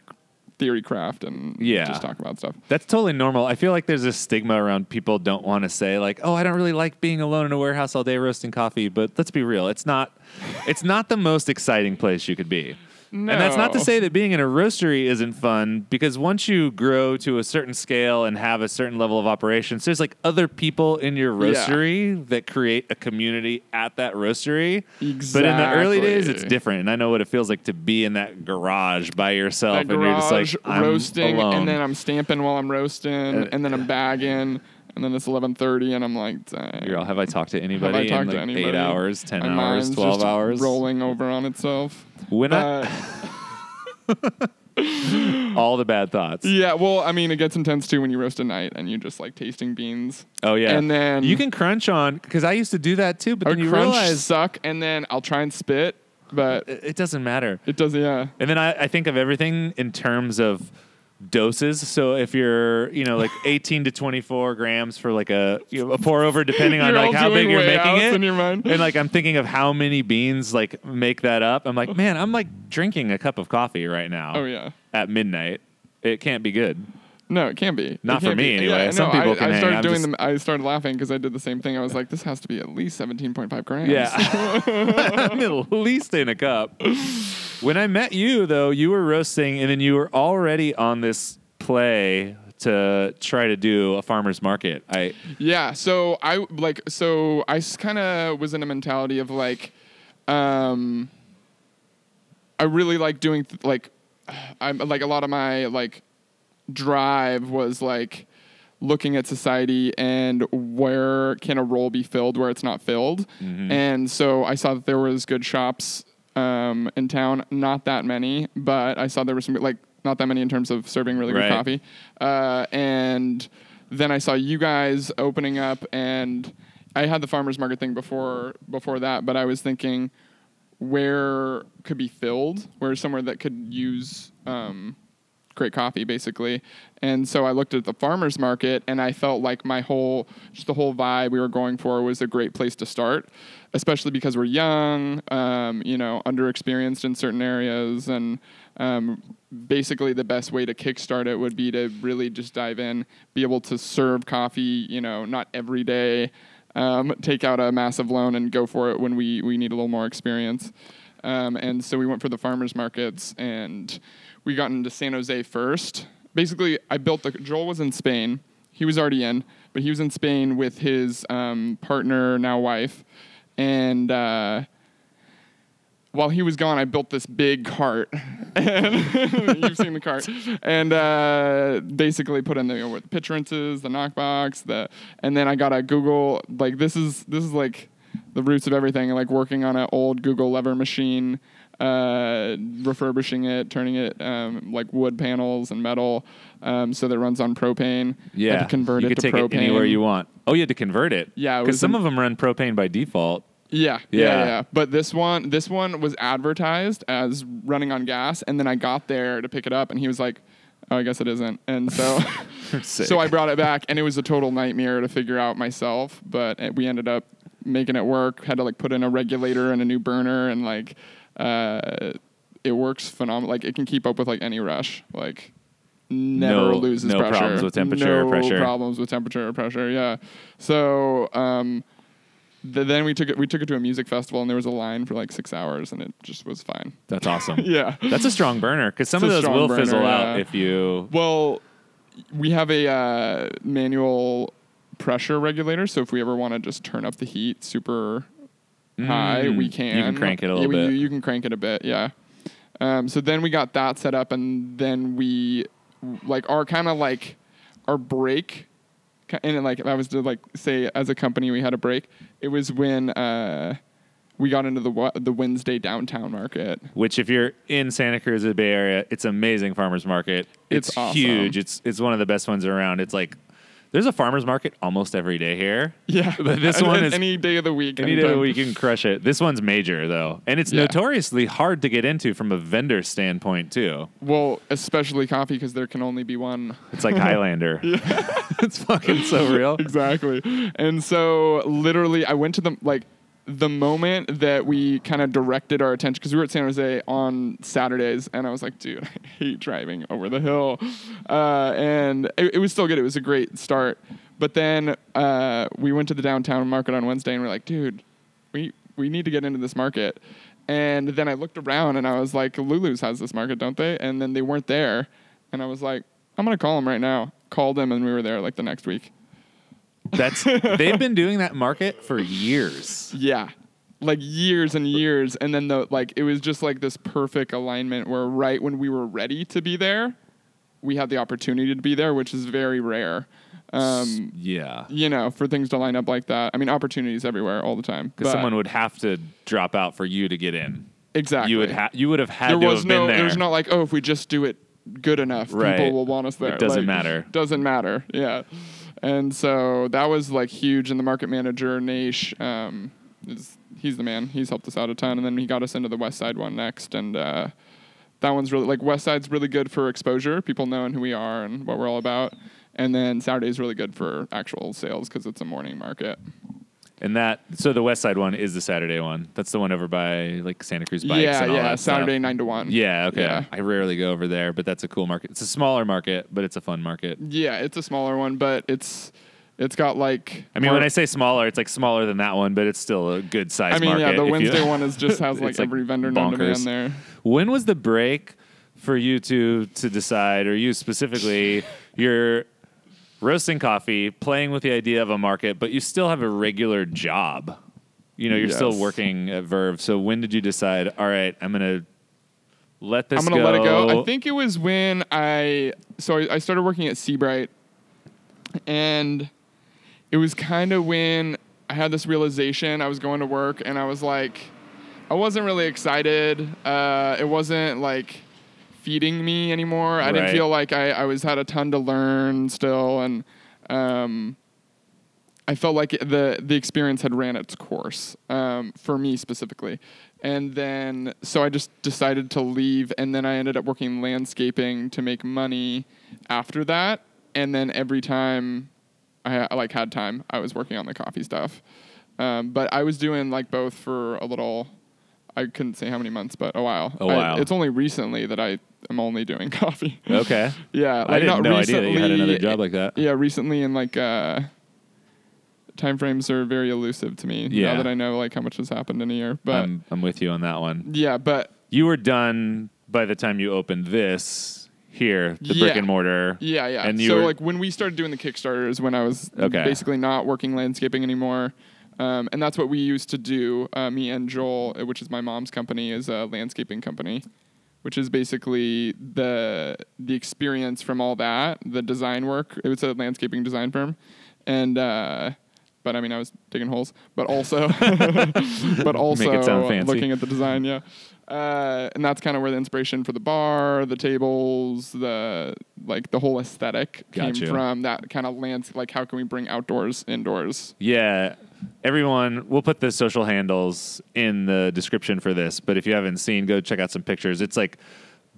Speaker 2: theory craft and
Speaker 3: Yeah.
Speaker 2: just talk about stuff.
Speaker 3: That's totally normal. I feel like there's a stigma around people don't want to say like, "Oh, I don't really like being alone in a warehouse all day roasting coffee." But let's be real, it's not it's not the most exciting place you could be. And that's not to
Speaker 2: No.
Speaker 3: say that being in a roastery isn't fun because once you grow to a certain scale and have a certain level of operations, there's like other people in your
Speaker 2: Yeah.
Speaker 3: roastery that create a community at that roastery. But in the early days, it's
Speaker 2: Exactly.
Speaker 3: different. And I know what it feels like to be in that garage by yourself
Speaker 2: That
Speaker 3: and you're just
Speaker 2: garage
Speaker 3: like, I'm
Speaker 2: roasting,
Speaker 3: alone.
Speaker 2: and then I'm stamping while I'm roasting,
Speaker 3: Uh,
Speaker 2: and then I'm bagging, and then it's 11:30, and I'm like, dang.
Speaker 3: Girl, have I talked to
Speaker 2: Have I
Speaker 3: anybody in
Speaker 2: talked
Speaker 3: like
Speaker 2: to anybody?
Speaker 3: eight hours, ten
Speaker 2: My
Speaker 3: hours,
Speaker 2: mind's
Speaker 3: twelve
Speaker 2: just
Speaker 3: hours?
Speaker 2: rolling over on itself.
Speaker 3: When
Speaker 2: Uh,
Speaker 3: I, all the bad thoughts.
Speaker 2: yeah, well, I mean, it gets intense too when you roast at night and you just like tasting beans.
Speaker 3: Oh yeah,
Speaker 2: And then-
Speaker 3: you can crunch on because I used to do that too, but
Speaker 2: I
Speaker 3: then
Speaker 2: would
Speaker 3: you
Speaker 2: crunch,
Speaker 3: realize
Speaker 2: suck, and then I'll try and spit, but
Speaker 3: it it doesn't matter.
Speaker 2: it doesn't. Yeah,
Speaker 3: And then I, I think of everything in terms of doses. So if you're, you know, like 18 to 24 grams for like a, you know, a pour over, depending on
Speaker 2: You're
Speaker 3: like
Speaker 2: all
Speaker 3: how big
Speaker 2: doing
Speaker 3: you're
Speaker 2: way
Speaker 3: making
Speaker 2: outs
Speaker 3: it.
Speaker 2: in your mind.
Speaker 3: And like I'm thinking of how many beans like make that up. I'm like, man, I'm like drinking a cup of coffee right now.
Speaker 2: Oh, yeah.
Speaker 3: At midnight. It can't be good.
Speaker 2: no, it can be.
Speaker 3: Not
Speaker 2: It
Speaker 3: for
Speaker 2: can
Speaker 3: me,
Speaker 2: be.
Speaker 3: anyway.
Speaker 2: Yeah,
Speaker 3: Some
Speaker 2: no,
Speaker 3: people
Speaker 2: I,
Speaker 3: can
Speaker 2: I
Speaker 3: hang.
Speaker 2: started
Speaker 3: I'm
Speaker 2: doing
Speaker 3: just-
Speaker 2: them. I started laughing because I did the same thing. I was like, this has to be at least 17.5 grams.
Speaker 3: Yeah. I'm at least in a cup. When I met you, though, you were roasting and then you were already on this play to try to do a farmer's market. I
Speaker 2: Yeah. So I like so I kind of was in a mentality of like, um, I really like doing th- like, I'm like a lot of my like drive was like looking at society and where can a role be filled where it's not filled and so i saw that there was good shops um, in town not that many but i saw there were some like not that many in terms of serving really
Speaker 3: Right.
Speaker 2: good coffee uh, and then I saw you guys opening up, and I had the farmers market thing before before that, but I was thinking where could be filled, where somewhere that could use um, great coffee, basically. And so I looked at the farmers market, and I felt like my whole just the whole vibe we were going for was a great place to start, especially because we're young, um, you know, underexperienced in certain areas, and um, basically the best way to kickstart it would be to really just dive in, be able to serve coffee, you know, not every day, um, take out a massive loan and go for it when we, we need a little more experience. Um, and so we went for the farmers markets and we got into San Jose first. Basically, I built the, Joel was in Spain. He was already in, but he was in Spain with his um, partner, now wife. And, uh, while he was gone, I built this big cart. And you've seen the cart, and uh, basically put in the, you know, with the pitch rinses, the knockbox, the, and then I got a Google like this is this is like the roots of everything. Like working on an old Google lever machine, uh, refurbishing it, turning it um, like wood panels and metal, um, so that it runs on propane. I had
Speaker 3: yeah,
Speaker 2: to convert
Speaker 3: you
Speaker 2: it
Speaker 3: could
Speaker 2: to
Speaker 3: take
Speaker 2: propane
Speaker 3: it anywhere you want. Oh, you had to convert it.
Speaker 2: Yeah, it
Speaker 3: because
Speaker 2: was
Speaker 3: some
Speaker 2: an-
Speaker 3: of them run propane by default.
Speaker 2: Yeah, yeah,
Speaker 3: Yeah.
Speaker 2: yeah, But this one, this one was advertised as running on gas, and then I got there to pick it up, and he was like, "Oh, I guess it isn't." And so, so I brought it back, and it was a total nightmare to figure out myself. But uh, we ended up making it work. Had to like put in a regulator and a new burner, and like, uh, it works phenomenal. Like it can keep up with like any rush. Like never
Speaker 3: No-
Speaker 2: loses
Speaker 3: no
Speaker 2: pressure.
Speaker 3: problems with temperature or
Speaker 2: No
Speaker 3: pressure.
Speaker 2: problems with temperature or pressure. Yeah. So. um Th then we took it. We took it to a music festival, and there was a line for like six hours, and it just was fine.
Speaker 3: That's awesome.
Speaker 2: Yeah.
Speaker 3: that's a strong burner because some of
Speaker 2: It's a
Speaker 3: those
Speaker 2: strong
Speaker 3: will
Speaker 2: burner,
Speaker 3: fizzle out
Speaker 2: yeah.
Speaker 3: if you.
Speaker 2: Well, we have a uh, manual pressure regulator, so if we ever want to just turn up the heat super high,
Speaker 3: Mm,
Speaker 2: we
Speaker 3: you
Speaker 2: can.
Speaker 3: can crank it a
Speaker 2: Yeah,
Speaker 3: little
Speaker 2: we-
Speaker 3: bit.
Speaker 2: You, you can crank it a bit, yeah. Um, so then we got that set up, and then we like our kind of like our break, ki- and like if I was to like say as a company we had a break. It was when uh, we got into the wa- the Wednesday downtown market.
Speaker 3: Which, if you're in Santa Cruz, the Bay Area, it's amazing farmers market. It's,
Speaker 2: It's awesome.
Speaker 3: huge. It's it's one of the best ones around. It's like there's a farmers market almost every day here.
Speaker 2: Yeah,
Speaker 3: But this
Speaker 2: And
Speaker 3: one
Speaker 2: then
Speaker 3: is-
Speaker 2: any day of the week.
Speaker 3: Any day
Speaker 2: anytime.
Speaker 3: we can crush it. This one's major though, and it's
Speaker 2: Yeah.
Speaker 3: notoriously hard to get into from a vendor standpoint too.
Speaker 2: Well, especially coffee because there can only be one.
Speaker 3: It's like Highlander. it's fucking so real.
Speaker 2: Exactly. And so literally I went to the like the moment that we kind of directed our attention, because we were at San Jose on Saturdays, and I was like, dude, I hate driving over the hill. Uh, and it, it was still good. It was a great start. But then uh, we went to the downtown market on Wednesday, and we're like, dude, we, we need to get into this market. And then I looked around, and I was like, Lulu's has this market, don't they? And then they weren't there. And I was like, I'm going to call them right now. Called them, and we were there like the next week.
Speaker 3: That's they've been doing that market for years.
Speaker 2: Yeah. Like years and years. And then the like it was just like this perfect alignment where right when we were ready to be there, we had the opportunity to be there, which is very rare. Um,
Speaker 3: yeah.
Speaker 2: you know, for things to line up like that. I mean, opportunities everywhere all the time.
Speaker 3: Because
Speaker 2: But-
Speaker 3: someone would have to drop out for you to get in.
Speaker 2: exactly
Speaker 3: You would ha- you would have had
Speaker 2: there
Speaker 3: to
Speaker 2: was
Speaker 3: have
Speaker 2: no
Speaker 3: been there.
Speaker 2: there was not like oh if we just do it good enough
Speaker 3: Right.
Speaker 2: people will want us there.
Speaker 3: It doesn't
Speaker 2: Like,
Speaker 3: matter.
Speaker 2: Doesn't matter. Yeah. And so that was like huge. And the market manager Naish, um, is, he's the man. He's helped us out a ton. And then he got us into the West Side one next. And uh, that one's really like West Side's really good for exposure, people knowing who we are and what we're all about. And then Saturday's really good for actual sales because it's a morning market.
Speaker 3: and that so the West Side one is the Saturday one. That's the one over by like Santa Cruz bikes.
Speaker 2: yeah,
Speaker 3: and all
Speaker 2: yeah.
Speaker 3: that stuff.
Speaker 2: Saturday nine to one.
Speaker 3: Yeah, okay.
Speaker 2: Yeah.
Speaker 3: I rarely go over there, but that's a cool market. It's a smaller market, but it's a fun market.
Speaker 2: Yeah, it's a smaller one, but it's it's got like
Speaker 3: I mean,
Speaker 2: more-
Speaker 3: when I say smaller, it's like smaller than that one, but it's still a good size.
Speaker 2: I mean,
Speaker 3: market
Speaker 2: yeah, the
Speaker 3: if you-
Speaker 2: Wednesday one is just has like
Speaker 3: It's, like,
Speaker 2: every vendor known to
Speaker 3: bonkers.
Speaker 2: man there.
Speaker 3: When was the break for you two to decide, or you specifically, you're roasting coffee, playing with the idea of a market, but you still have a regular job? You know, you're still
Speaker 2: Yes.
Speaker 3: working at Verve. So when did you decide, all right, I'm going to let this
Speaker 2: I'm gonna let it go. I think it was when I so I, I started working at Seabright, and it was kind of when I had this realization. I was going to work, and I was like, I wasn't really excited. Uh, it wasn't like feeding me anymore. I
Speaker 3: Right.
Speaker 2: didn't feel like I, I was had a ton to learn still, and um, I felt like the the experience had ran its course um, for me specifically, and then so I just decided to leave, and then I ended up working landscaping to make money after that, and then every time I, I like had time, I was working on the coffee stuff, um, but I was doing like both for a little. I couldn't say how many months, but a while.
Speaker 3: A
Speaker 2: I-
Speaker 3: while.
Speaker 2: it's only recently that I am only doing coffee.
Speaker 3: Okay. I
Speaker 2: yeah, like
Speaker 3: didn't
Speaker 2: not
Speaker 3: no idea
Speaker 2: recently.
Speaker 3: that you had another job like that.
Speaker 2: Yeah, recently and like uh timeframes are very elusive to me
Speaker 3: Yeah.
Speaker 2: now that I know like how much has happened in a year. But
Speaker 3: I'm, I'm with you on that one.
Speaker 2: yeah, but
Speaker 3: You were done by the time you opened this here, the brick
Speaker 2: Yeah.
Speaker 3: and mortar.
Speaker 2: yeah, yeah.
Speaker 3: And you
Speaker 2: so
Speaker 3: were,
Speaker 2: like when we started doing the Kickstarter is when I was
Speaker 3: Okay.
Speaker 2: basically not working landscaping anymore. Um, and that's what we used to do. Uh, me and Joel, uh, which is my mom's company, is a landscaping company, which is basically the the experience from all that, the design work. It was a landscaping design firm, and uh, but I mean I was digging holes, but also but also
Speaker 3: sound fancy.
Speaker 2: looking at the design, yeah. Uh, and that's kind of where the inspiration for the bar, the tables, the like the whole aesthetic
Speaker 3: Gotcha.
Speaker 2: came from. That kind of lands like how can we bring outdoors indoors?
Speaker 3: Yeah. Everyone, we'll put the social handles in the description for this, but if you haven't seen, go check out some pictures. It's like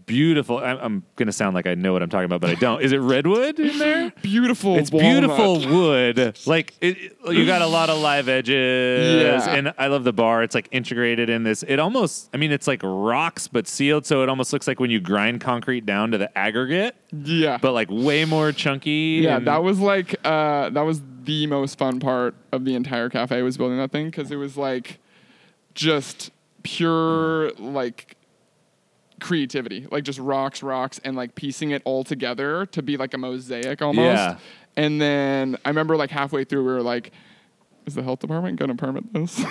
Speaker 3: beautiful. I'm, I'm going to sound like I know what I'm talking about, but I don't. Is it redwood in there?
Speaker 2: Beautiful,
Speaker 3: It's beautiful wood. Like it, you got a lot of live edges,
Speaker 2: Yeah.
Speaker 3: and I love the bar. It's like integrated in this. It almost, I mean, it's like rocks but sealed, so it almost looks like when you grind concrete down to the aggregate,
Speaker 2: Yeah,
Speaker 3: but like way more chunky.
Speaker 2: yeah,
Speaker 3: and-
Speaker 2: that was like uh, that was the most fun part of the entire cafe was building that thing because it was like just pure like creativity, like just rocks, rocks, and like piecing it all together to be like a mosaic almost.
Speaker 3: Yeah.
Speaker 2: And then I remember like halfway through we were like, "Is the health department going to permit this?"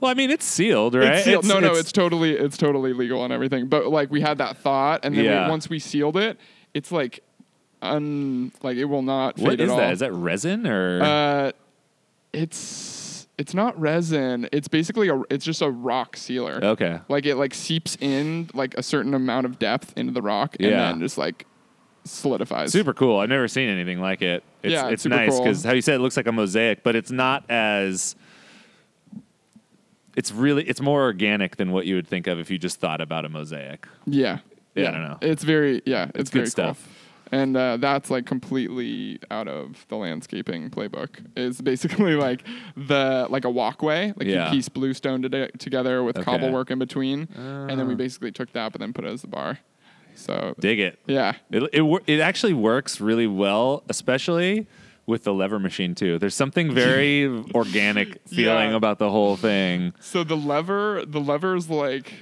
Speaker 3: Well, I mean, it's sealed, right?
Speaker 2: It's sealed. no, no, it's totally it's totally legal and everything. But like we had that thought, and then
Speaker 3: Yeah.
Speaker 2: we, once we sealed it, it's like un like it will not fade
Speaker 3: What
Speaker 2: at
Speaker 3: is
Speaker 2: all.
Speaker 3: that? Is that resin or?
Speaker 2: Uh, it's it's not resin. It's basically a it's just a rock sealer.
Speaker 3: okay.
Speaker 2: Like it like seeps in like a certain amount of depth into the rock, and
Speaker 3: Yeah.
Speaker 2: then just like solidifies.
Speaker 3: Super cool. I've never seen anything like it. It's,
Speaker 2: Yeah, it's
Speaker 3: it's
Speaker 2: super
Speaker 3: nice
Speaker 2: cool.
Speaker 3: because how you said it looks like a mosaic, but it's not as. It's really it's more organic than what you would think of if you just thought about a mosaic.
Speaker 2: Yeah.
Speaker 3: Yeah, I don't know.
Speaker 2: It's very yeah. It's,
Speaker 3: good
Speaker 2: very cool.
Speaker 3: stuff.
Speaker 2: and uh, that's like completely out of the landscaping playbook. It's basically like the like a walkway, like
Speaker 3: Yeah.
Speaker 2: you piece bluestone to- together with
Speaker 3: Okay. Ah.
Speaker 2: cobble work in between, and then we basically took that, but then put it as the bar. So
Speaker 3: Dig it.
Speaker 2: yeah,
Speaker 3: It it, wor- it actually works really well, especially with the lever machine too. There's something very organic feeling
Speaker 2: Yeah.
Speaker 3: about the whole thing.
Speaker 2: So the lever, the lever's like.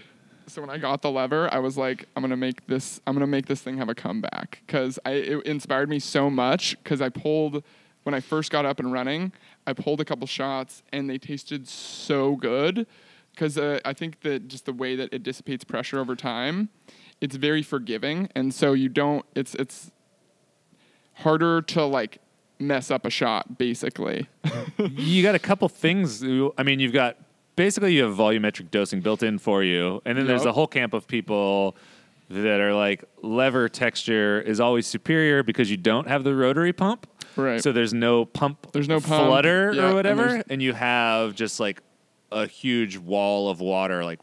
Speaker 2: So when I got the lever, I was like, I'm gonna make this. I'm gonna make this thing have a comeback because I it inspired me so much because I pulled when I first got up and running. I pulled a couple shots and they tasted so good because uh, I think that just the way that it dissipates pressure over time, it's very forgiving and so you don't. It's it's harder to like mess up a shot basically.
Speaker 3: you got a couple things. you- I mean, you've got basically you have volumetric dosing built in for you, and then there's
Speaker 2: Yup.
Speaker 3: a whole camp of people that are like lever texture is always superior because you don't have the rotary pump.
Speaker 2: Right.
Speaker 3: So there's no pump.
Speaker 2: There's no pump,
Speaker 3: flutter
Speaker 2: yeah,
Speaker 3: or
Speaker 2: and
Speaker 3: whatever, and,
Speaker 2: there's-
Speaker 3: you have just like a huge wall of water like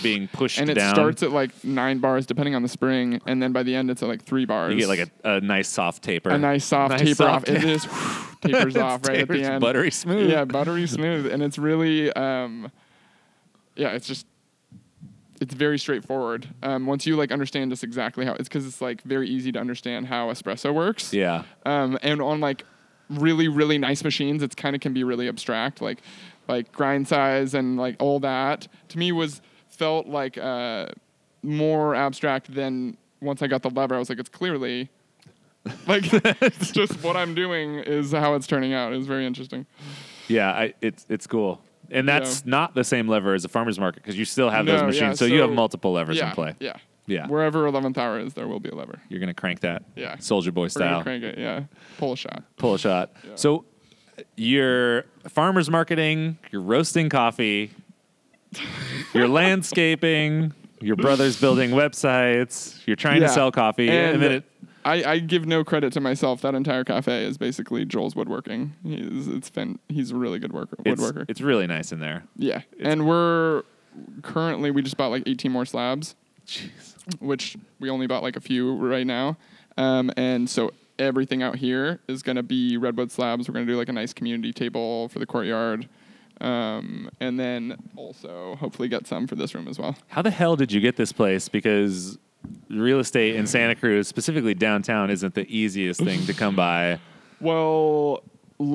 Speaker 3: being pushed
Speaker 2: and it
Speaker 3: down.
Speaker 2: starts at like nine bars depending on the spring, and then by the end it's at like three bars.
Speaker 3: you get like a, a nice soft taper.
Speaker 2: a nice soft
Speaker 3: Nice
Speaker 2: taper
Speaker 3: soft
Speaker 2: off. It
Speaker 3: taper.
Speaker 2: is tapers off right
Speaker 3: Taper's
Speaker 2: at the end.
Speaker 3: Buttery smooth.
Speaker 2: Yeah, buttery smooth, and it's really, um, yeah, it's just. It's very straightforward. Um, once you like understand just exactly how it's because it's like very easy to understand how espresso works.
Speaker 3: Yeah.
Speaker 2: Um, and on like really really nice machines, it's kind of can be really abstract, like like grind size and like all that. To me, was felt like uh, more abstract than once I got the lever. I was like, it's clearly like it's just what I'm doing is how it's turning out. It was very interesting.
Speaker 3: Yeah, I, it's it's cool, and that's not the same lever as a farmer's market because you still have those
Speaker 2: No,
Speaker 3: machines,
Speaker 2: yeah,
Speaker 3: so, you have
Speaker 2: so-
Speaker 3: multiple levers
Speaker 2: yeah,
Speaker 3: in play.
Speaker 2: yeah,
Speaker 3: Yeah.
Speaker 2: Wherever eleventh hour is, there will be a lever.
Speaker 3: You're gonna crank that,
Speaker 2: Yeah.
Speaker 3: soldier boy
Speaker 2: We're gonna
Speaker 3: style,
Speaker 2: crank it. Yeah, pull a shot.
Speaker 3: pull a shot. So you're farmer's marketing, you're roasting coffee, you're landscaping, your brother's building websites, you're trying to
Speaker 2: Yeah.
Speaker 3: sell coffee, and, then it.
Speaker 2: I, I give no credit to myself. That entire cafe is basically Joel's woodworking. He's it's been he's a really good worker
Speaker 3: It's,
Speaker 2: woodworker.
Speaker 3: it's really nice in there.
Speaker 2: yeah, and we're currently we just bought like 18 more slabs,
Speaker 3: Jeez.
Speaker 2: which we only bought like a few right now, um, and so everything out here is gonna be redwood slabs. We're gonna do like a nice community table for the courtyard, um, and then also hopefully get some for this room as well.
Speaker 3: How the hell did you get this place? Because real estate in Santa Cruz, specifically downtown, isn't the easiest thing to come by.
Speaker 2: Well,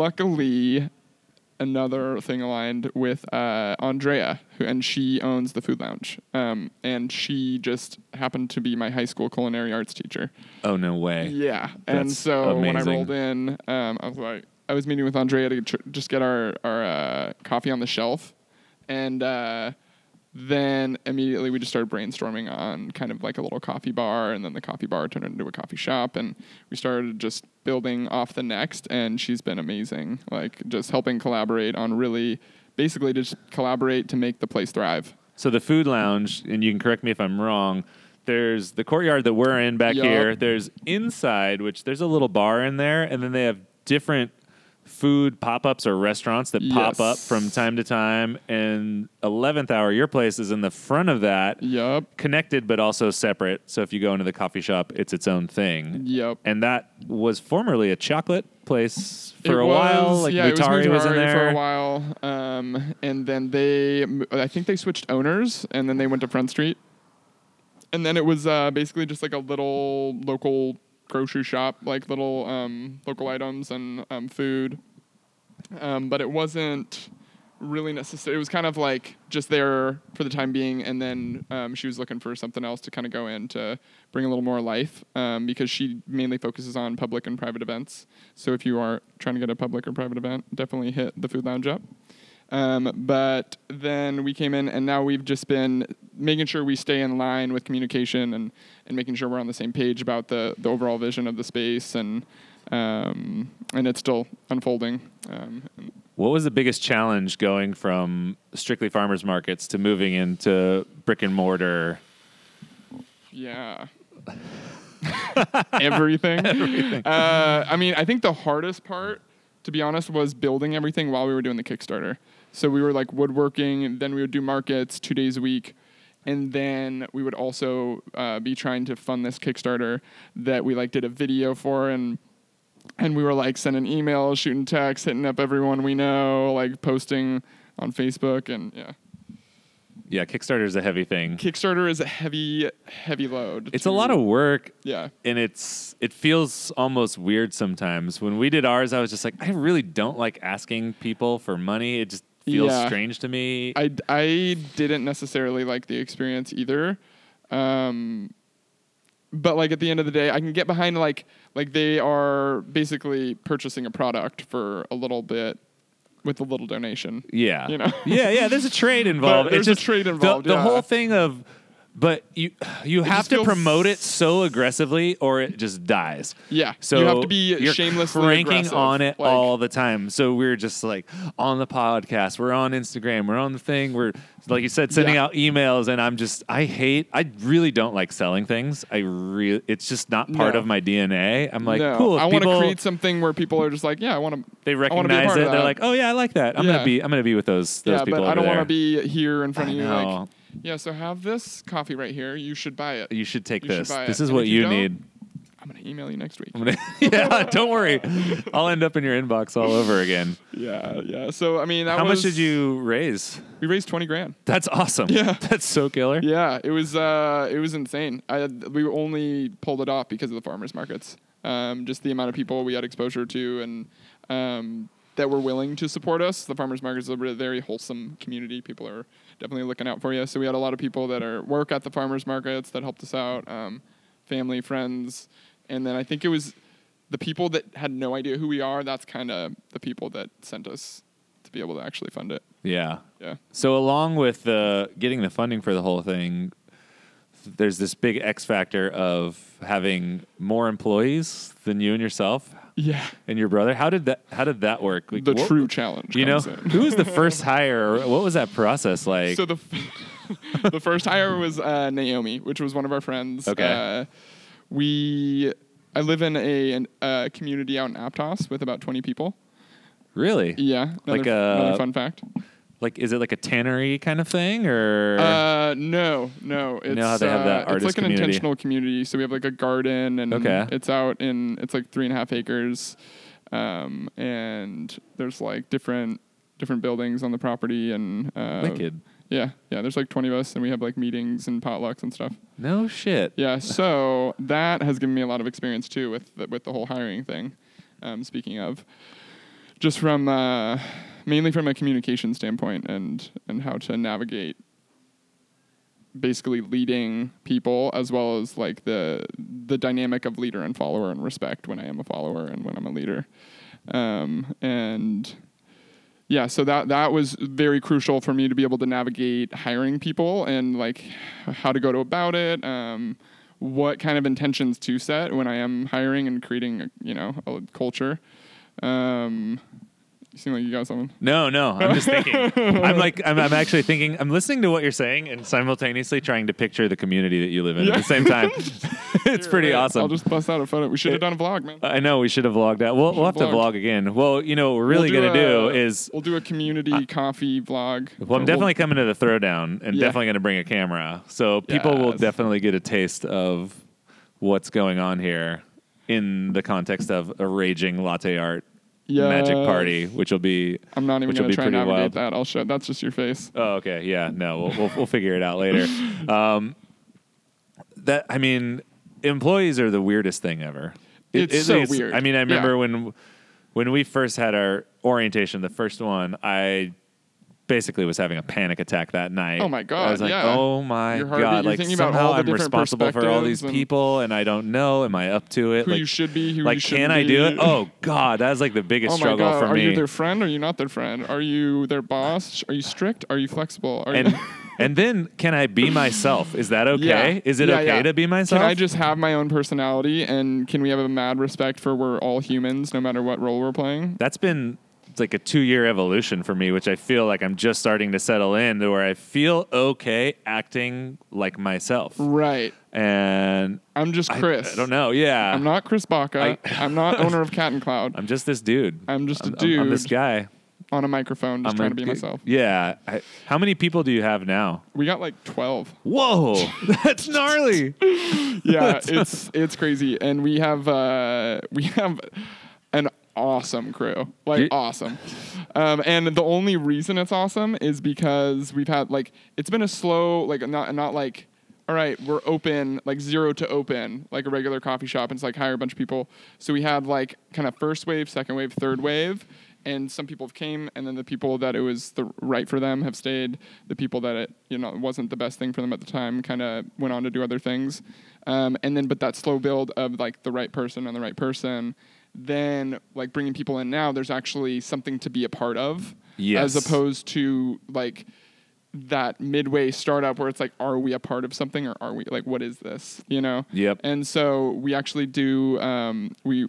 Speaker 2: luckily, another thing aligned with uh, Andrea, who and she owns the Food Lounge, um, and she just happened to be my high school culinary arts teacher.
Speaker 3: Oh no way!
Speaker 2: Yeah, and
Speaker 3: That's
Speaker 2: so when I
Speaker 3: amazing.
Speaker 2: rolled in, um, I was like, I was meeting with Andrea to tr- just get our our uh, coffee on the shelf, and uh, then immediately we just started brainstorming on kind of like a little coffee bar, and then the coffee bar turned into a coffee shop, and we started just building off the next. And she's been amazing, like just helping collaborate on really, basically just collaborate to make the place thrive.
Speaker 3: So the food lounge, and you can correct me if I'm wrong. There's the courtyard that we're in back
Speaker 2: Yup.
Speaker 3: here. There's inside, which there's a little bar in there, and then they have different food pop-ups or restaurants that pop
Speaker 2: Yes.
Speaker 3: up from time to time. And 11th hour, your place is in the front of that,
Speaker 2: Yup.
Speaker 3: connected but also separate. So if you go into the coffee shop, it's its own thing.
Speaker 2: Yup.
Speaker 3: And that was formerly a chocolate place
Speaker 2: It
Speaker 3: for a while.
Speaker 2: was-
Speaker 3: Like
Speaker 2: yeah, it
Speaker 3: Lutari was, in
Speaker 2: Mutari
Speaker 3: there.
Speaker 2: for a while, um, and then they, m- I think they switched owners, and then they went to Front Street, and then it was uh, basically just like a little local grocery shop, like little um, local items and um, food, um, but it wasn't really necessary. It was kind of like just there for the time being, and then um, she was looking for something else to kind of go in to bring a little more life um, because she mainly focuses on public and private events. So if you are trying to get a public or private event, definitely hit the food lounge up. Um, but then we came in, and now we've just been making sure we stay in line with communication and, and making sure we're on the same page about the, the overall vision of the space, and um, and it's still unfolding. Um, and
Speaker 3: What was the biggest challenge going from strictly farmers markets to moving into brick and mortar?
Speaker 2: yeah. everything. Uh, I mean, I think the hardest part, to be honest, was building everything while we were doing the Kickstarter. So we were like woodworking, and then we would do markets two days a week. and then we would also uh, be trying to fund this Kickstarter that we like did a video for and and we were like sending emails, shooting texts, hitting up everyone we know, like posting on Facebook and yeah.
Speaker 3: Yeah, Kickstarter is a heavy thing.
Speaker 2: Kickstarter is a heavy heavy load.
Speaker 3: It's a
Speaker 2: to-
Speaker 3: lot of work.
Speaker 2: yeah.
Speaker 3: and it's it feels almost weird sometimes. When we did ours, I was just like, I really don't like asking people for money. It just feels
Speaker 2: Yeah.
Speaker 3: strange to me.
Speaker 2: I, I didn't necessarily like the experience either. Um, but like at the end of the day, I can get behind like like they are basically purchasing a product for a little bit with a little donation.
Speaker 3: yeah,
Speaker 2: you know?
Speaker 3: yeah, yeah. There's a trade involved.
Speaker 2: there's a
Speaker 3: it's just
Speaker 2: trade
Speaker 3: the-
Speaker 2: involved,
Speaker 3: The,
Speaker 2: yeah.
Speaker 3: whole thing of. But you you have
Speaker 2: just
Speaker 3: to
Speaker 2: feels-
Speaker 3: promote it so aggressively, or it just dies.
Speaker 2: Yeah,
Speaker 3: so
Speaker 2: you have to be
Speaker 3: you're
Speaker 2: shamelessly
Speaker 3: cranking
Speaker 2: aggressive,
Speaker 3: on it
Speaker 2: like-
Speaker 3: all the time. So we're just like on the podcast, we're on Instagram, we're on the thing, we're like you said, sending
Speaker 2: Yeah.
Speaker 3: out emails, and I'm just I hate, I really don't like selling things. I really, it's just not part
Speaker 2: No.
Speaker 3: of my DNA. I'm like,
Speaker 2: no,
Speaker 3: cool. If
Speaker 2: I want to
Speaker 3: people
Speaker 2: create something where people are just like, yeah, I want to.
Speaker 3: they recognize it, they're like, oh yeah, I like that. I'm
Speaker 2: Yeah.
Speaker 3: gonna be, I'm gonna be with those those
Speaker 2: yeah,
Speaker 3: people.
Speaker 2: but I
Speaker 3: over
Speaker 2: don't want
Speaker 3: there.
Speaker 2: to be here in front
Speaker 3: I
Speaker 2: of you.
Speaker 3: know.
Speaker 2: Like, yeah, so have this coffee right here. You should buy it.
Speaker 3: You should take
Speaker 2: You should
Speaker 3: this.
Speaker 2: buy it.
Speaker 3: This is
Speaker 2: And
Speaker 3: what
Speaker 2: if you
Speaker 3: you
Speaker 2: don't,
Speaker 3: need.
Speaker 2: I'm gonna email you next week.
Speaker 3: I'm gonna- yeah, don't worry. I'll end up in your inbox all over again.
Speaker 2: Yeah, yeah. So I mean, that
Speaker 3: How
Speaker 2: was,
Speaker 3: much did you raise?
Speaker 2: We raised twenty grand.
Speaker 3: That's awesome.
Speaker 2: Yeah.
Speaker 3: That's so killer.
Speaker 2: Yeah, it was uh, it was insane. I had, we only pulled it off because of the farmers markets. Um, just the amount of people we had exposure to and um, that were willing to support us. The farmers markets are a very wholesome community. People are definitely looking out for you. So we had a lot of people that are work at the farmers markets that helped us out, um, family, friends, and then I think it was the people that had no idea who we are. That's kind of the people that sent us to be able to actually fund it.
Speaker 3: Yeah.
Speaker 2: Yeah.
Speaker 3: So along with the getting the funding for the whole thing, there's this big X factor of having more employees than you and yourself
Speaker 2: Yeah.
Speaker 3: and your brother. How did that how did that work? Like,
Speaker 2: The
Speaker 3: what-
Speaker 2: true challenge.
Speaker 3: you know,
Speaker 2: comes in.
Speaker 3: who was the first hire? Or what was that process like?
Speaker 2: So the f- the first hire was uh, Naomi, which was one of our friends.
Speaker 3: Okay.
Speaker 2: Uh, we I live in a, an, a community out in Aptos with about twenty people.
Speaker 3: really?
Speaker 2: Yeah. Another,
Speaker 3: Like uh,
Speaker 2: f- another
Speaker 3: a-
Speaker 2: fun fact.
Speaker 3: Like is it like a tannery kind of thing or
Speaker 2: Uh, no, no. It's,
Speaker 3: know how they have that
Speaker 2: uh, it's
Speaker 3: artist
Speaker 2: like an
Speaker 3: community?
Speaker 2: intentional community. So we have like a garden, and
Speaker 3: Okay.
Speaker 2: it's out in it's like three and a half acres, um, and there's like different different buildings on the property, and uh,
Speaker 3: wicked?
Speaker 2: Yeah, yeah. There's like twenty of us, and we have like meetings and potlucks and stuff.
Speaker 3: No shit.
Speaker 2: Yeah, so that has given me a lot of experience too with the, with the whole hiring thing. Um, speaking of, just from uh, mainly from a communication standpoint and and how to navigate basically leading people as well as like the the dynamic of leader and follower and respect when I am a follower and when I'm a leader, um, and yeah, so that that was very crucial for me to be able to navigate hiring people and like how to go to about it, um, what kind of intentions to set when I am hiring and creating, you know, a culture. Um, you seem like you got something.
Speaker 3: No, no. I'm just thinking. I'm like, I'm, I'm actually thinking. I'm listening to what you're saying and simultaneously trying to picture the community that you live in at
Speaker 2: Yeah.
Speaker 3: the same time. it's pretty
Speaker 2: Wait,
Speaker 3: awesome.
Speaker 2: I'll just bust out a photo. We should have done a vlog, man.
Speaker 3: I know we should have vlogged that. We'll, we'll have to vlog
Speaker 2: vlogged.
Speaker 3: again. Well, you know what we're really
Speaker 2: We'll
Speaker 3: gonna do
Speaker 2: a-
Speaker 3: is.
Speaker 2: we'll do a community coffee vlog.
Speaker 3: Well, I'm
Speaker 2: We'll-
Speaker 3: definitely coming to the throwdown and
Speaker 2: Yeah.
Speaker 3: definitely gonna bring a camera, so people will
Speaker 2: Yes.
Speaker 3: definitely get a taste of what's going on here in the context of a raging latte art magic
Speaker 2: Yes.
Speaker 3: party, which will be.
Speaker 2: I'm not even
Speaker 3: which will
Speaker 2: gonna
Speaker 3: be
Speaker 2: try and
Speaker 3: pretty wild.
Speaker 2: navigate that. I'll show. That's just your face.
Speaker 3: Oh, okay. Yeah. No, we'll we'll, we'll figure it out later. Um, that I mean, employees are the weirdest thing ever.
Speaker 2: It's so
Speaker 3: least-
Speaker 2: weird.
Speaker 3: I mean, I
Speaker 2: Yeah.
Speaker 3: remember when when we first had our orientation, the first one, I basically was having a panic attack that night.
Speaker 2: Oh my
Speaker 3: I
Speaker 2: God,
Speaker 3: was like,
Speaker 2: yeah.
Speaker 3: oh my
Speaker 2: You're hardly-
Speaker 3: god!
Speaker 2: you're
Speaker 3: Like
Speaker 2: thinking about
Speaker 3: somehow
Speaker 2: all the
Speaker 3: I'm
Speaker 2: different
Speaker 3: responsible for all these
Speaker 2: perspectives and-
Speaker 3: people, and I don't know. Am I up to it?
Speaker 2: Who
Speaker 3: like,
Speaker 2: you should be. Who
Speaker 3: like,
Speaker 2: you
Speaker 3: can
Speaker 2: shouldn't
Speaker 3: I do it?
Speaker 2: be.
Speaker 3: Oh god, that was like the biggest
Speaker 2: Oh my
Speaker 3: struggle
Speaker 2: God!
Speaker 3: for
Speaker 2: are
Speaker 3: me.
Speaker 2: you their friend? Are you not their friend? Are you their boss? Are you strict? Are you flexible? Are
Speaker 3: and
Speaker 2: you
Speaker 3: and then can I be myself? Is that okay? Is it
Speaker 2: Yeah,
Speaker 3: okay
Speaker 2: yeah.
Speaker 3: to be myself?
Speaker 2: Can I just have my own personality? And can we have a mad respect for we're all humans, no matter what role we're playing?
Speaker 3: That's been like a two year evolution for me, which I feel like I'm just starting to settle in to where I feel okay acting like myself.
Speaker 2: Right.
Speaker 3: And
Speaker 2: I'm just
Speaker 3: I-
Speaker 2: Chris.
Speaker 3: I, don't know. Yeah.
Speaker 2: I'm not Chris Baca. I, am not owner of Cat and Cloud.
Speaker 3: I'm just this dude.
Speaker 2: I'm just a
Speaker 3: I'm, I'm this
Speaker 2: dude.
Speaker 3: guy.
Speaker 2: on a microphone, just
Speaker 3: I'm
Speaker 2: trying
Speaker 3: gonna
Speaker 2: to be
Speaker 3: get-
Speaker 2: myself.
Speaker 3: Yeah. I, how many people do you have now?
Speaker 2: We got like twelve.
Speaker 3: Whoa, that's gnarly.
Speaker 2: yeah, it's it's crazy, and we have uh, we have an awesome crew, like
Speaker 3: Ye-
Speaker 2: awesome. Um, and the only reason it's awesome is because we've had like it's been a slow, like not not like all right, we're open like zero to open like a regular coffee shop. And it's like hire a bunch of people. So we had like kind of first wave, second wave, third wave. And some people have came, and then the people that it was the right for them have stayed. The people that it you know wasn't the best thing for them at the time kind of went on to do other things. Um, and then, but that slow build of like the right person and the right person, then like bringing people in now, there's actually something to be a part of.
Speaker 3: Yes.
Speaker 2: As opposed to like that midway startup where it's like, are we a part of something or are we like, what is this? You know?
Speaker 3: Yep.
Speaker 2: And so we actually do, um, we,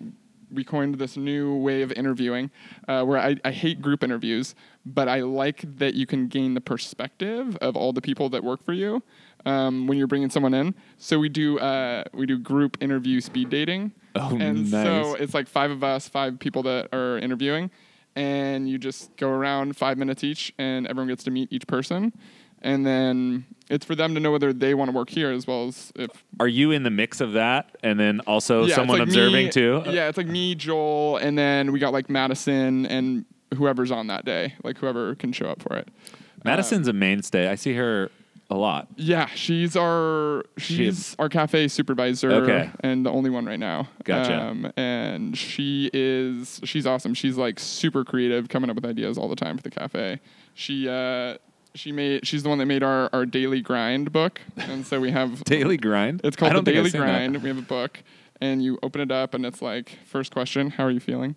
Speaker 2: we coined this new way of interviewing uh, where I, I hate group interviews, but I like that you can gain the perspective of all the people that work for you um, when you're bringing someone in. So we do, uh, we do group interview speed dating.
Speaker 3: Oh,
Speaker 2: and
Speaker 3: nice.
Speaker 2: so it's like five of us, five people that are interviewing, and you just go around five minutes each, and everyone gets to meet each person, and then it's for them to know whether they want to work here as well as if
Speaker 3: Are you in the mix of that, and then also
Speaker 2: Yeah, it's
Speaker 3: Oh, someone
Speaker 2: like
Speaker 3: observing
Speaker 2: me-
Speaker 3: too?
Speaker 2: Yeah, it's like me, Joel, and then we got like Madison and whoever's on that day, like whoever can show up for it.
Speaker 3: Um, Madison's a mainstay. I see her a lot.
Speaker 2: Yeah, she's our she's our cafe supervisor
Speaker 3: Okay.
Speaker 2: and the only one right now. Um,
Speaker 3: Gotcha.
Speaker 2: and she is she's awesome. She's like super creative, coming up with ideas all the time for the cafe. She uh she made she's the one that made our our daily grind book, and so we have
Speaker 3: Daily grind.
Speaker 2: it's
Speaker 3: I
Speaker 2: called the
Speaker 3: don't think I've
Speaker 2: daily
Speaker 3: seen that.
Speaker 2: grind. We have a book, and you open it up, and it's like first question, how are you feeling?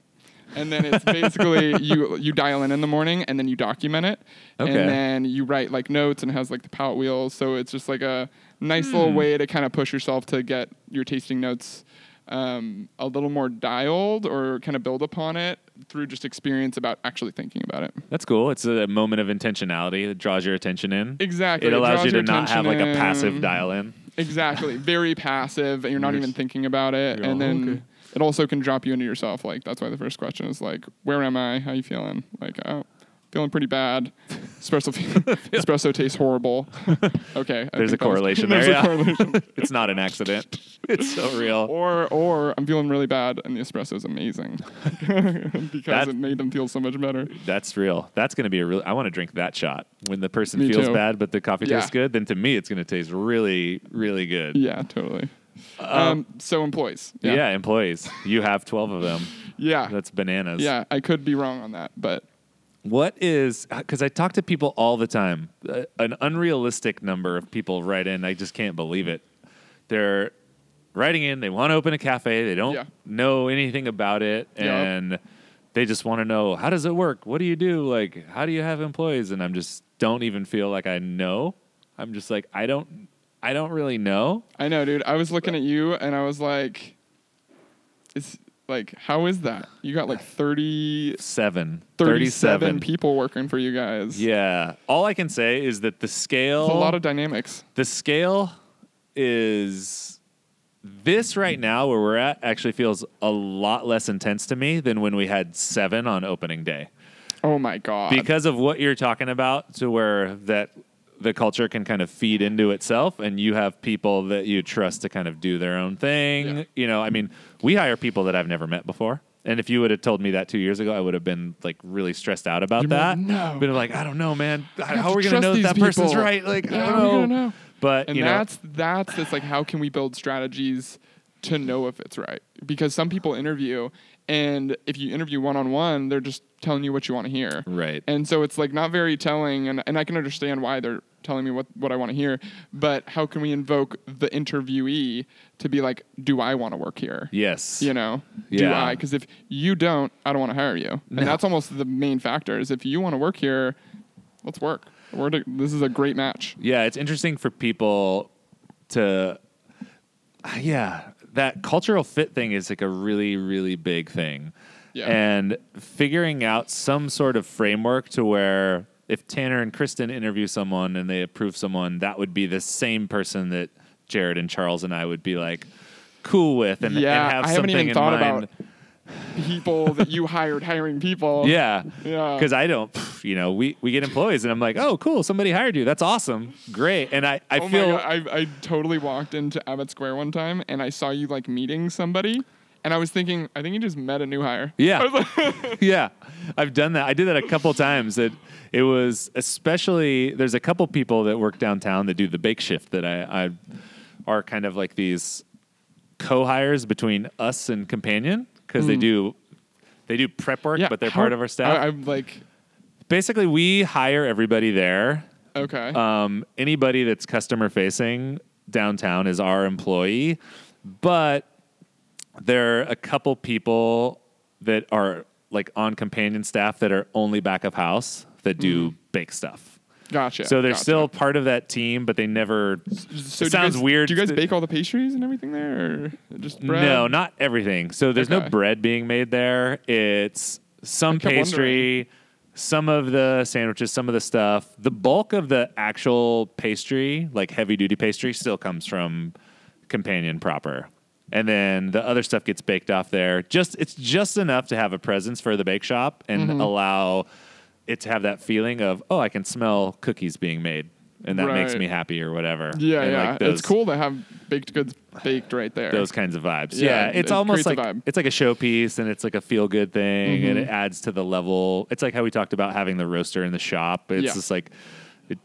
Speaker 2: And then it's basically you you dial in in the morning, and then you document it, and
Speaker 3: Okay.
Speaker 2: then you write like notes, and it has like the palette wheels. So it's just like a nice
Speaker 3: Hmm.
Speaker 2: little way to kind of push yourself to get your tasting notes um, a little more dialed, or kind of build upon it through just experience about actually thinking about it.
Speaker 3: That's cool. It's a moment of intentionality that draws your attention in.
Speaker 2: Exactly.
Speaker 3: It
Speaker 2: It
Speaker 3: allows
Speaker 2: draws
Speaker 3: you to
Speaker 2: your
Speaker 3: not have like a
Speaker 2: attention
Speaker 3: passive
Speaker 2: in.
Speaker 3: dial in.
Speaker 2: Exactly. Very passive, and you're not
Speaker 3: You're
Speaker 2: even
Speaker 3: just-
Speaker 2: thinking about it.
Speaker 3: you're
Speaker 2: And
Speaker 3: all,
Speaker 2: then
Speaker 3: "Okay."
Speaker 2: it also can drop you into yourself. Like that's why the first question is like, "Where am I? How you feeling?" Like, "Oh, feeling pretty bad. Espresso, espresso tastes horrible." okay.
Speaker 3: There's a
Speaker 2: I think that was-
Speaker 3: correlation there.
Speaker 2: there's a
Speaker 3: yeah.
Speaker 2: correlation.
Speaker 3: it's not an accident. It's so real.
Speaker 2: Or, or I'm feeling really bad, and the espresso is amazing because
Speaker 3: That-
Speaker 2: it made them feel so much better.
Speaker 3: That's real. That's going to be a real. I want to drink that shot when the person
Speaker 2: Me
Speaker 3: feels
Speaker 2: too.
Speaker 3: bad, but the coffee
Speaker 2: Yeah.
Speaker 3: tastes good. Then to me, it's going to taste really, really good.
Speaker 2: Yeah, totally. Um, so employees.
Speaker 3: Uh, Yeah. employees. You have twelve of them.
Speaker 2: Yeah.
Speaker 3: That's bananas.
Speaker 2: yeah. I could be wrong on that, but
Speaker 3: What is because I talk to people all the time. Uh, an unrealistic number of people write in. I just can't believe it. They're writing in. They want to open a cafe. They don't
Speaker 2: Yeah.
Speaker 3: know anything about it,
Speaker 2: Yeah.
Speaker 3: and they just want to know how does it work? What do you do? Like how do you have employees? And I'm just don't even feel like I know. I'm just like I don't. I don't really know.
Speaker 2: I know, dude. I was looking at you and I was like, it's like, how is that? You got like 30,
Speaker 3: Seven.
Speaker 2: 37,
Speaker 3: 37
Speaker 2: people working for you guys.
Speaker 3: Yeah. All I can say is that the scale.
Speaker 2: It's a lot of dynamics.
Speaker 3: the scale is this right now where we're at actually feels a lot less intense to me than when we had seven on opening day
Speaker 2: Oh my God.
Speaker 3: because of what you're talking about to where that the culture can kind of feed into itself and you have people that you trust to kind of do their own thing
Speaker 2: Yeah.
Speaker 3: you know i mean we hire people that i've never met before and if you would have told me that two years ago, I would have been like really stressed out about
Speaker 2: You'd be like,
Speaker 3: that.
Speaker 2: "No."
Speaker 3: been like, I don't know, man. How
Speaker 2: to
Speaker 3: are we gonna
Speaker 2: trust
Speaker 3: know that
Speaker 2: these
Speaker 3: that person's
Speaker 2: people.
Speaker 3: right? Like,
Speaker 2: Yeah,
Speaker 3: I
Speaker 2: how are we
Speaker 3: don't know.
Speaker 2: gonna know?
Speaker 3: But
Speaker 2: and
Speaker 3: you know,
Speaker 2: that's, that's, it's like, how can we build strategies to know if it's right? Because some people interview and if you interview one on one, they're just telling you what you want to hear.
Speaker 3: Right.
Speaker 2: And so it's like not very telling, and, and I can understand why they're telling me what, what I want to hear, but how can we invoke the interviewee to be like, do I want to work here?
Speaker 3: Yes.
Speaker 2: You know, do
Speaker 3: Yeah.
Speaker 2: I? Because if you don't, I don't want to hire you. And that's almost the main factor is if you want to work here, let's work. We're to, this is a great match.
Speaker 3: Yeah, it's interesting for people to yeah, that cultural fit thing is like a really really big thing.
Speaker 2: Yeah.
Speaker 3: And figuring out some sort of framework to where if Tanner and Kristen interview someone and they approve someone, that would be the same person that Jared and Charles and I would be like cool with and, and
Speaker 2: Yeah,
Speaker 3: have
Speaker 2: I haven't
Speaker 3: something
Speaker 2: even
Speaker 3: in
Speaker 2: thought
Speaker 3: mind.
Speaker 2: about people that you hired hiring people.
Speaker 3: Yeah.
Speaker 2: Yeah.
Speaker 3: Because I don't, pff, you know, we, we get employees and I'm like, oh, cool, somebody hired you. That's awesome. Great. And I, I
Speaker 2: oh
Speaker 3: feel,
Speaker 2: my God, I, I totally walked into Abbott Square one time and I saw you like meeting somebody, and I was thinking, I think you just met a new hire.
Speaker 3: Yeah.
Speaker 2: I was like-
Speaker 3: yeah, I've done that. I did that a couple times. It, it was especially, there's a couple people that work downtown that do the bake shift that I, I are kind of like these co hires between us and Companion because they do. They do prep work, but they're
Speaker 2: Hmm. how-
Speaker 3: part of our staff.
Speaker 2: I, am like,
Speaker 3: Basically, we hire everybody there
Speaker 2: okay.
Speaker 3: um, anybody that's customer facing downtown is our employee, but there are a couple people that are like on companion staff that are only back of house that do bake stuff.
Speaker 2: gotcha.
Speaker 3: so they're
Speaker 2: Mm-hmm. gotcha.
Speaker 3: still part of that team, but they never.
Speaker 2: So
Speaker 3: it
Speaker 2: do you
Speaker 3: sounds
Speaker 2: guys-
Speaker 3: weird.
Speaker 2: Do you guys
Speaker 3: to-
Speaker 2: bake all the pastries and everything there, or just bread?
Speaker 3: No, not everything. So there's
Speaker 2: Okay.
Speaker 3: no bread being made there. It's some
Speaker 2: kept
Speaker 3: pastry, some of the sandwiches, some of the stuff. The bulk of the actual pastry, like heavy duty pastry, still comes from Companion proper. And then the other stuff gets baked off there. Just it's just enough to have a presence for the bake shop and
Speaker 2: Mm-hmm.
Speaker 3: allow it to have that feeling of oh, I can smell cookies being made, and that makes
Speaker 2: Right.
Speaker 3: me happy or whatever.
Speaker 2: Yeah,
Speaker 3: And,
Speaker 2: yeah.
Speaker 3: like,
Speaker 2: it's
Speaker 3: those-
Speaker 2: cool to have baked goods baked right there.
Speaker 3: those kinds of vibes.
Speaker 2: Yeah,
Speaker 3: Yeah,
Speaker 2: it-
Speaker 3: it's
Speaker 2: it
Speaker 3: almost like
Speaker 2: creates a vibe. Mm-hmm.
Speaker 3: it's like a showpiece, and it's like a feel good thing, and it adds to the level. It's like how we talked about having the roaster in the shop. It's
Speaker 2: Yeah.
Speaker 3: just like, it,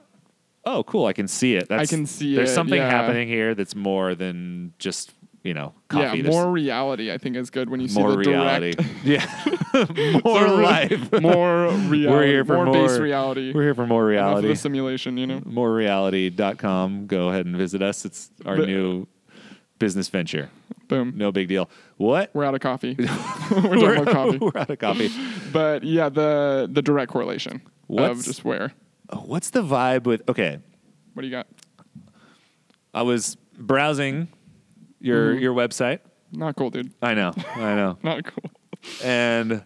Speaker 3: oh, cool, I can see it. That's,
Speaker 2: can see
Speaker 3: There's
Speaker 2: it,
Speaker 3: something
Speaker 2: yeah.
Speaker 3: happening here that's more than just you know coffee.
Speaker 2: yeah,
Speaker 3: There's
Speaker 2: more reality. I think is good when you see
Speaker 3: more
Speaker 2: the
Speaker 3: reality.
Speaker 2: direct.
Speaker 3: yeah, more
Speaker 2: So,
Speaker 3: life.
Speaker 2: more reality.
Speaker 3: We're here for more,
Speaker 2: base reality.
Speaker 3: We're here for more
Speaker 2: Enough of
Speaker 3: reality.
Speaker 2: the simulation, you know.
Speaker 3: Morereality.com. Go ahead and visit us. It's our
Speaker 2: But-
Speaker 3: new business venture.
Speaker 2: Boom.
Speaker 3: No big deal. What?
Speaker 2: We're out of coffee. we're talking about coffee.
Speaker 3: we're out of coffee.
Speaker 2: But yeah, the the direct correlation of
Speaker 3: What's-
Speaker 2: just where.
Speaker 3: Uh, What's the vibe with? Okay,
Speaker 2: What do you got?
Speaker 3: I was browsing your
Speaker 2: Mm-hmm.
Speaker 3: your website.
Speaker 2: Not cool, dude.
Speaker 3: I know, I know,
Speaker 2: Not cool.
Speaker 3: and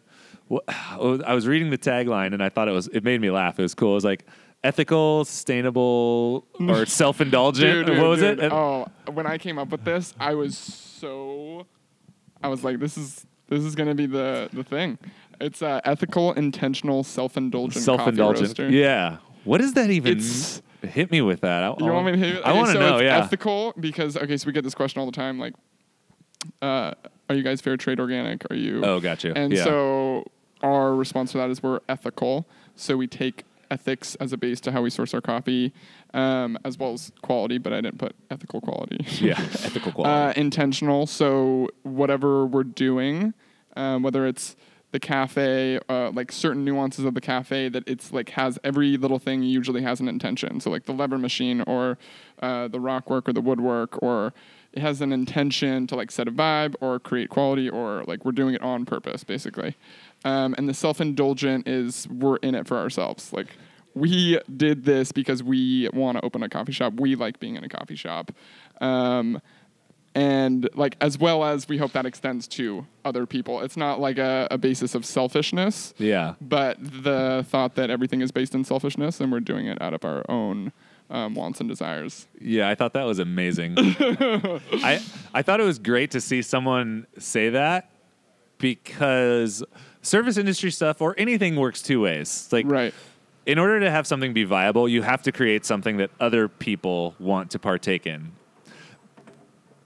Speaker 3: wh- I was reading the tagline, and I thought it was it made me laugh. It was cool. It was like ethical, sustainable, or self indulgent.
Speaker 2: Dude, dude,
Speaker 3: What was
Speaker 2: dude.
Speaker 3: it?
Speaker 2: Oh, when I came up with this, I was so I was like, this is this is gonna be the the thing. It's uh, ethical, intentional, self-indulgent.
Speaker 3: Self indulgent.
Speaker 2: Coffee roaster.
Speaker 3: Yeah. What does that even?
Speaker 2: It's-
Speaker 3: Hit me with that. I,
Speaker 2: You want me to hit
Speaker 3: I want to
Speaker 2: so
Speaker 3: know.
Speaker 2: It's
Speaker 3: yeah.
Speaker 2: Ethical because okay, so we get this question all the time. Like, uh, are you guys fair trade organic? Are you?
Speaker 3: Oh, gotcha.
Speaker 2: And
Speaker 3: Yeah.
Speaker 2: so our response to that is we're ethical. So we take ethics as a base to how we source our coffee, um, as well as quality. But I didn't put ethical quality.
Speaker 3: yeah. Ethical quality.
Speaker 2: uh, intentional. So whatever we're doing, um, whether it's the cafe, uh, like certain nuances of the cafe, that it's like has every little thing usually has an intention. So like the lever machine or uh, the rock work or the woodwork, or it has an intention to like set a vibe or create quality, or like we're doing it on purpose, basically. Um, and the self indulgent is we're in it for ourselves, like. We did this because we want to open a coffee shop. We like being in a coffee shop. Um, and like as well as we hope that extends to other people it's not like a, a basis of selfishness
Speaker 3: yeah.
Speaker 2: but the thought that everything is based in selfishness and we're doing it out of our own um, wants and desires
Speaker 3: Yeah, I thought that was amazing. I I thought it was great to see someone say that because service industry stuff or anything works two ways. Like
Speaker 2: right
Speaker 3: in order to have something be viable, you have to create something that other people want to partake in.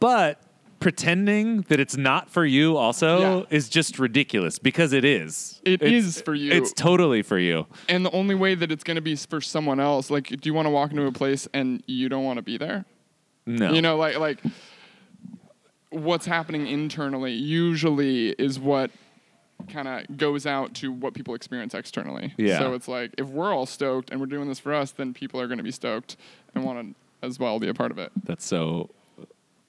Speaker 3: But pretending that it's not for you also
Speaker 2: Yeah.
Speaker 3: is just ridiculous because it is.
Speaker 2: It
Speaker 3: it's,
Speaker 2: is for you.
Speaker 3: It's totally for you.
Speaker 2: and the only way that it's going to be s- for someone else like do you want to walk into a place and you don't want to be there
Speaker 3: No.
Speaker 2: you know like like what's happening internally usually is what kind of goes out to what people experience externally
Speaker 3: Yeah.
Speaker 2: so it's like if we're all stoked and we're doing this for us then people are going to be stoked and want to as well be a part of it
Speaker 3: That's so,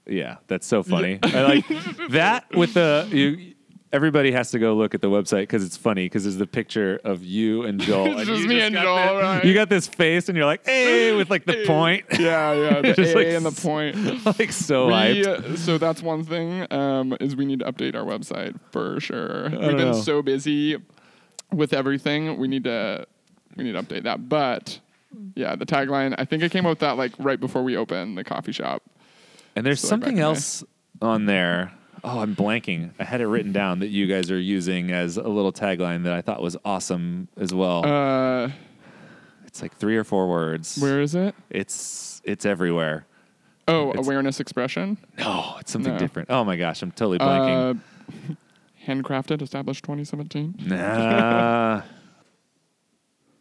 Speaker 3: yeah, that's so funny. I like that with the you. Everybody has to go look at the website because it's funny because there's the picture of you and Joel.
Speaker 2: It's
Speaker 3: and
Speaker 2: just
Speaker 3: you
Speaker 2: me and
Speaker 3: got
Speaker 2: Joel,
Speaker 3: the-
Speaker 2: right.
Speaker 3: You got this face and you're like, hey, with like the point,
Speaker 2: yeah yeah the
Speaker 3: Just
Speaker 2: a
Speaker 3: like
Speaker 2: and the
Speaker 3: s-
Speaker 2: point
Speaker 3: like so
Speaker 2: we,
Speaker 3: hyped.
Speaker 2: uh, so that's one thing um, is we need to update our website for sure we've been
Speaker 3: know.
Speaker 2: so busy with everything we need to we need to update that but yeah the tagline i think i came up with that like right before we opened the coffee shop
Speaker 3: And there's
Speaker 2: So, like, back
Speaker 3: something
Speaker 2: in May.
Speaker 3: else on there. oh, I'm blanking. I had it written down that you guys are using as a little tagline that I thought was awesome as well.
Speaker 2: Uh,
Speaker 3: it's like three or four words.
Speaker 2: where is it?
Speaker 3: It's it's everywhere.
Speaker 2: Oh,
Speaker 3: It's-
Speaker 2: awareness expression.
Speaker 3: No, it's something
Speaker 2: No.
Speaker 3: different. Oh my gosh, I'm totally blanking.
Speaker 2: Uh, handcrafted, established 2017.
Speaker 3: Nah.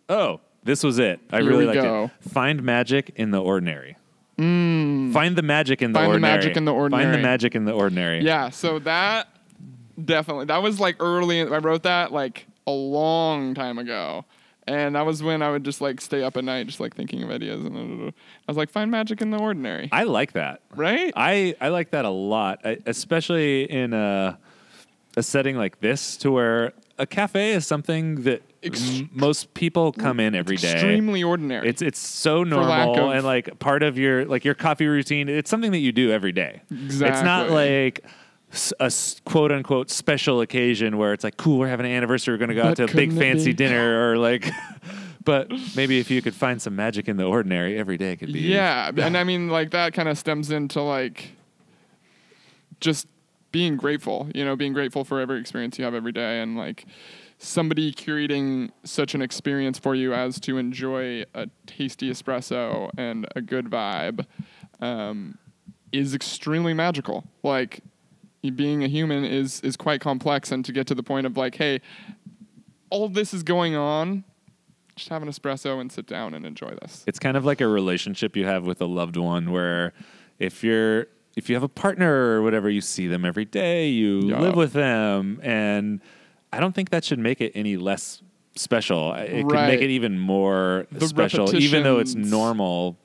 Speaker 3: oh, this was it. I
Speaker 2: Here
Speaker 3: really
Speaker 2: we
Speaker 3: liked
Speaker 2: go. Hmm.
Speaker 3: it. Find magic in the ordinary. Find the magic in the
Speaker 2: Find the
Speaker 3: ordinary.
Speaker 2: magic in the
Speaker 3: Find
Speaker 2: ordinary.
Speaker 3: the magic in the ordinary.
Speaker 2: Yeah, so that definitely that was like early. I wrote that like a long time ago, and that was when I would just like stay up at night, just like thinking of ideas. And I was like, find magic in the ordinary,
Speaker 3: I like that.
Speaker 2: right?
Speaker 3: I, I like that a lot, I, especially in a, a setting like this, to where a cafe is something that
Speaker 2: Ext-
Speaker 3: m- most people come in every day.
Speaker 2: Extremely ordinary.
Speaker 3: It's it's so
Speaker 2: lack
Speaker 3: normal
Speaker 2: of-
Speaker 3: and like part of your like your coffee routine. It's something that you do every day. It's not
Speaker 2: Exactly.
Speaker 3: like s- a s- quote unquote special occasion where it's like cool. We're having an anniversary. We're going to go out
Speaker 2: But
Speaker 3: to a big
Speaker 2: couldn't it
Speaker 3: fancy
Speaker 2: be?
Speaker 3: dinner or like. but maybe if you could find some magic in the ordinary, every day could be.
Speaker 2: yeah, and I mean like that kind of stems into like just being grateful, you know, being grateful for every experience you have every day and like somebody curating such an experience for you as to enjoy a tasty espresso and a good vibe um, is extremely magical. Like you being a human is is quite complex and to get to the point of like, hey, all this is going on, just have an espresso and sit down and enjoy this.
Speaker 3: It's kind of like a relationship you have with a loved one where if you're if you have a partner or whatever, you see them every day, you
Speaker 2: Yeah.
Speaker 3: live with them and I don't think that should make it any less special. I- It could
Speaker 2: Right.
Speaker 3: make it even more
Speaker 2: The
Speaker 3: special even though it's
Speaker 2: repetitions.
Speaker 3: normal.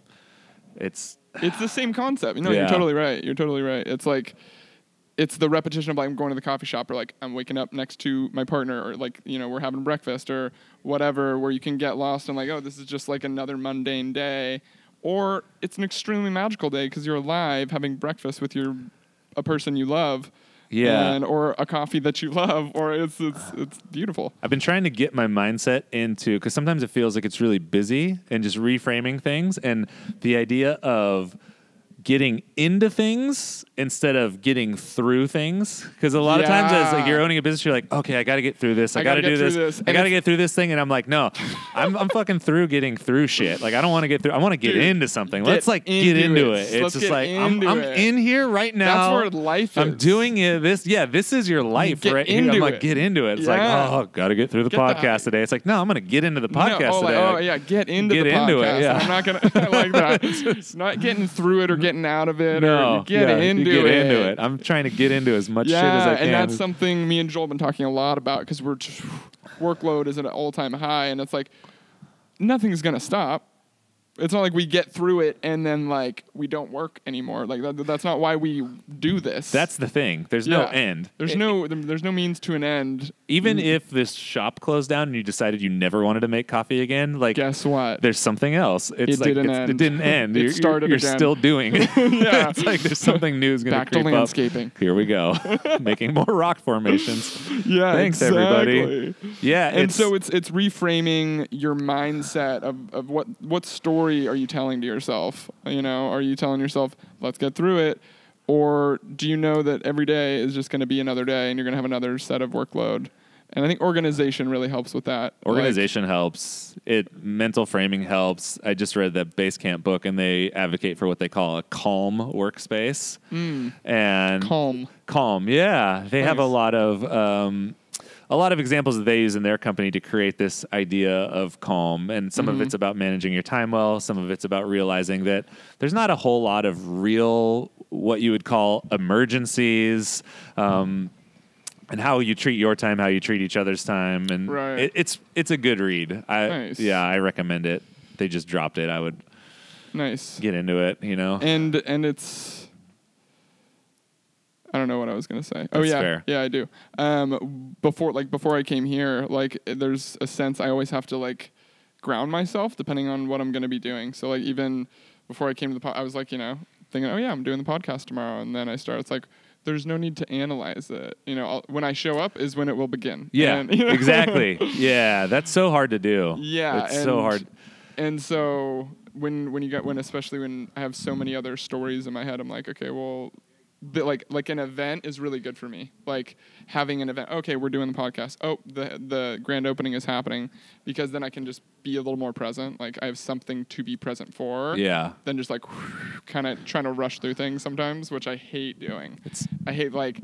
Speaker 3: It's
Speaker 2: it's the same concept. No,
Speaker 3: Yeah.
Speaker 2: you're totally right. You're totally right. It's like it's the repetition of like I'm going to the coffee shop or like I'm waking up next to my partner or like you know we're having breakfast or whatever where you can get lost and like oh this is just like another mundane day or it's an extremely magical day because you're alive having breakfast with your a person you love
Speaker 3: Yeah.
Speaker 2: and, or a coffee that you love or it's it's it's beautiful
Speaker 3: I've been trying to get my mindset into because sometimes it feels like it's really busy and just reframing things and the idea of getting into things instead of getting through things because a lot of times as like
Speaker 2: Yeah.
Speaker 3: you're owning a business you're like okay I got to get through this I,
Speaker 2: I
Speaker 3: got to do
Speaker 2: gotta get through
Speaker 3: this, I
Speaker 2: this. And
Speaker 3: got to
Speaker 2: it's-
Speaker 3: get through this thing and I'm like no I'm I'm fucking through getting through shit like I don't want to get through I want to get
Speaker 2: Dude,
Speaker 3: into something
Speaker 2: get
Speaker 3: let's like get
Speaker 2: into
Speaker 3: into
Speaker 2: it.
Speaker 3: it,
Speaker 2: Let's
Speaker 3: it's just
Speaker 2: get
Speaker 3: like I'm,
Speaker 2: into
Speaker 3: I'm
Speaker 2: it.
Speaker 3: in here right now
Speaker 2: where life
Speaker 3: I'm
Speaker 2: is.
Speaker 3: doing it this yeah this is your life
Speaker 2: Get
Speaker 3: right here I'm
Speaker 2: into
Speaker 3: like
Speaker 2: it.
Speaker 3: get into it it's
Speaker 2: Yeah.
Speaker 3: like oh got to get through the
Speaker 2: Get the-
Speaker 3: podcast today it's like no I'm gonna get into the
Speaker 2: No,
Speaker 3: podcast
Speaker 2: oh, like,
Speaker 3: today
Speaker 2: oh,
Speaker 3: Like,
Speaker 2: yeah, get into
Speaker 3: get
Speaker 2: the
Speaker 3: into it,
Speaker 2: podcast.
Speaker 3: yeah.
Speaker 2: I'm not gonna I like that. It's not getting through it or getting out of it or
Speaker 3: no
Speaker 2: you get
Speaker 3: yeah, you
Speaker 2: into
Speaker 3: get
Speaker 2: it.
Speaker 3: into it I'm trying to get into as much
Speaker 2: Yeah,
Speaker 3: shit as I can
Speaker 2: and that's something me and Joel have been talking a lot about because we're just, workload is at an all time high, and it's like nothing's gonna stop. It's not like we get through it and then like we don't work anymore. Like that, that's not why we do this.
Speaker 3: That's the thing. There's no
Speaker 2: Yeah.
Speaker 3: end.
Speaker 2: There's no there's no means to an end.
Speaker 3: Even if this shop closed down and you decided you never wanted to make coffee again, like
Speaker 2: Guess what?
Speaker 3: there's something else. It's
Speaker 2: It
Speaker 3: like
Speaker 2: didn't
Speaker 3: it's- it
Speaker 2: end.
Speaker 3: didn't end.
Speaker 2: It
Speaker 3: you're,
Speaker 2: started
Speaker 3: You're
Speaker 2: again.
Speaker 3: still doing. it.
Speaker 2: yeah.
Speaker 3: it's like there's something new is going
Speaker 2: Back to
Speaker 3: creep up.
Speaker 2: landscaping.
Speaker 3: Here we go, making more rock formations.
Speaker 2: Yeah.
Speaker 3: Thanks, everybody.
Speaker 2: exactly.
Speaker 3: Yeah,
Speaker 2: and so it's it's reframing your mindset of, of what what story are you telling to yourself you know are you telling yourself let's get through it or do you know that every day is just going to be another day and you're going to have another set of workload and i think organization really helps with that Like,
Speaker 3: Organization helps. It mental framing helps. I just read that Basecamp book, and they advocate for what they call a calm workspace. And
Speaker 2: Hmm. calm
Speaker 3: calm. Yeah, they have a
Speaker 2: Nice.
Speaker 3: lot of um, a lot of examples that they use in their company to create this idea of calm. And some
Speaker 2: Mm-hmm.
Speaker 3: of it's about managing your time well. Some of it's about realizing that there's not a whole lot of real what you would call emergencies. Um, and how you treat your time, how you treat each other's time, and
Speaker 2: Right.
Speaker 3: it, it's it's a good read. I
Speaker 2: Nice.
Speaker 3: yeah, I recommend it. They just dropped it. I would
Speaker 2: nice
Speaker 3: get into it. You know,
Speaker 2: and and it's I don't know what I was gonna say. oh
Speaker 3: That's
Speaker 2: yeah,
Speaker 3: fair.
Speaker 2: yeah, I do. Um, before like before I came here, like there's a sense I always have to like ground myself depending on what I'm gonna be doing. So like even before I came to the pod, I was like you know thinking oh yeah I'm doing the podcast tomorrow, and then I start it's like there's no need to analyze it. You know I'll, when I show up is when it will begin.
Speaker 3: Yeah,
Speaker 2: And- you know?
Speaker 3: exactly. Yeah, that's so hard to do.
Speaker 2: Yeah,
Speaker 3: it's so
Speaker 2: and-
Speaker 3: hard.
Speaker 2: And so when when you get when especially when I have so many other stories in my head, I'm like, okay, well, the, like like an event is really good for me. Like having an event. Okay, we're doing the podcast. Oh, the the grand opening is happening because then I can just be a little more present. Like I have something to be present for.
Speaker 3: Yeah.
Speaker 2: Than just like kind of trying to rush through things sometimes, which I hate doing.
Speaker 3: It's-
Speaker 2: I hate like.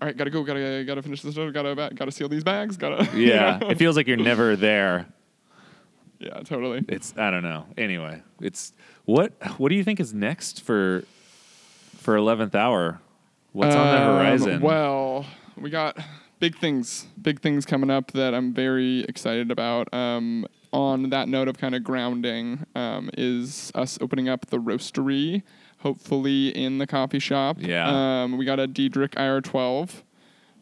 Speaker 2: All right, gotta go. Gotta gotta finish this. Gotta gotta ba- gotta seal these bags. Gotta you
Speaker 3: Yeah.
Speaker 2: know?
Speaker 3: It feels like you're never there.
Speaker 2: yeah, totally.
Speaker 3: It's I don't know. Anyway, it's what what do you think is next for for eleventh hour? What's on the
Speaker 2: Um,
Speaker 3: horizon?
Speaker 2: Well, we got big things, big things coming up that I'm very excited about. Um, on that note of kind of grounding, um, is us opening up the roastery, hopefully in the coffee shop.
Speaker 3: Yeah.
Speaker 2: Um, we got a Diedrich IR12.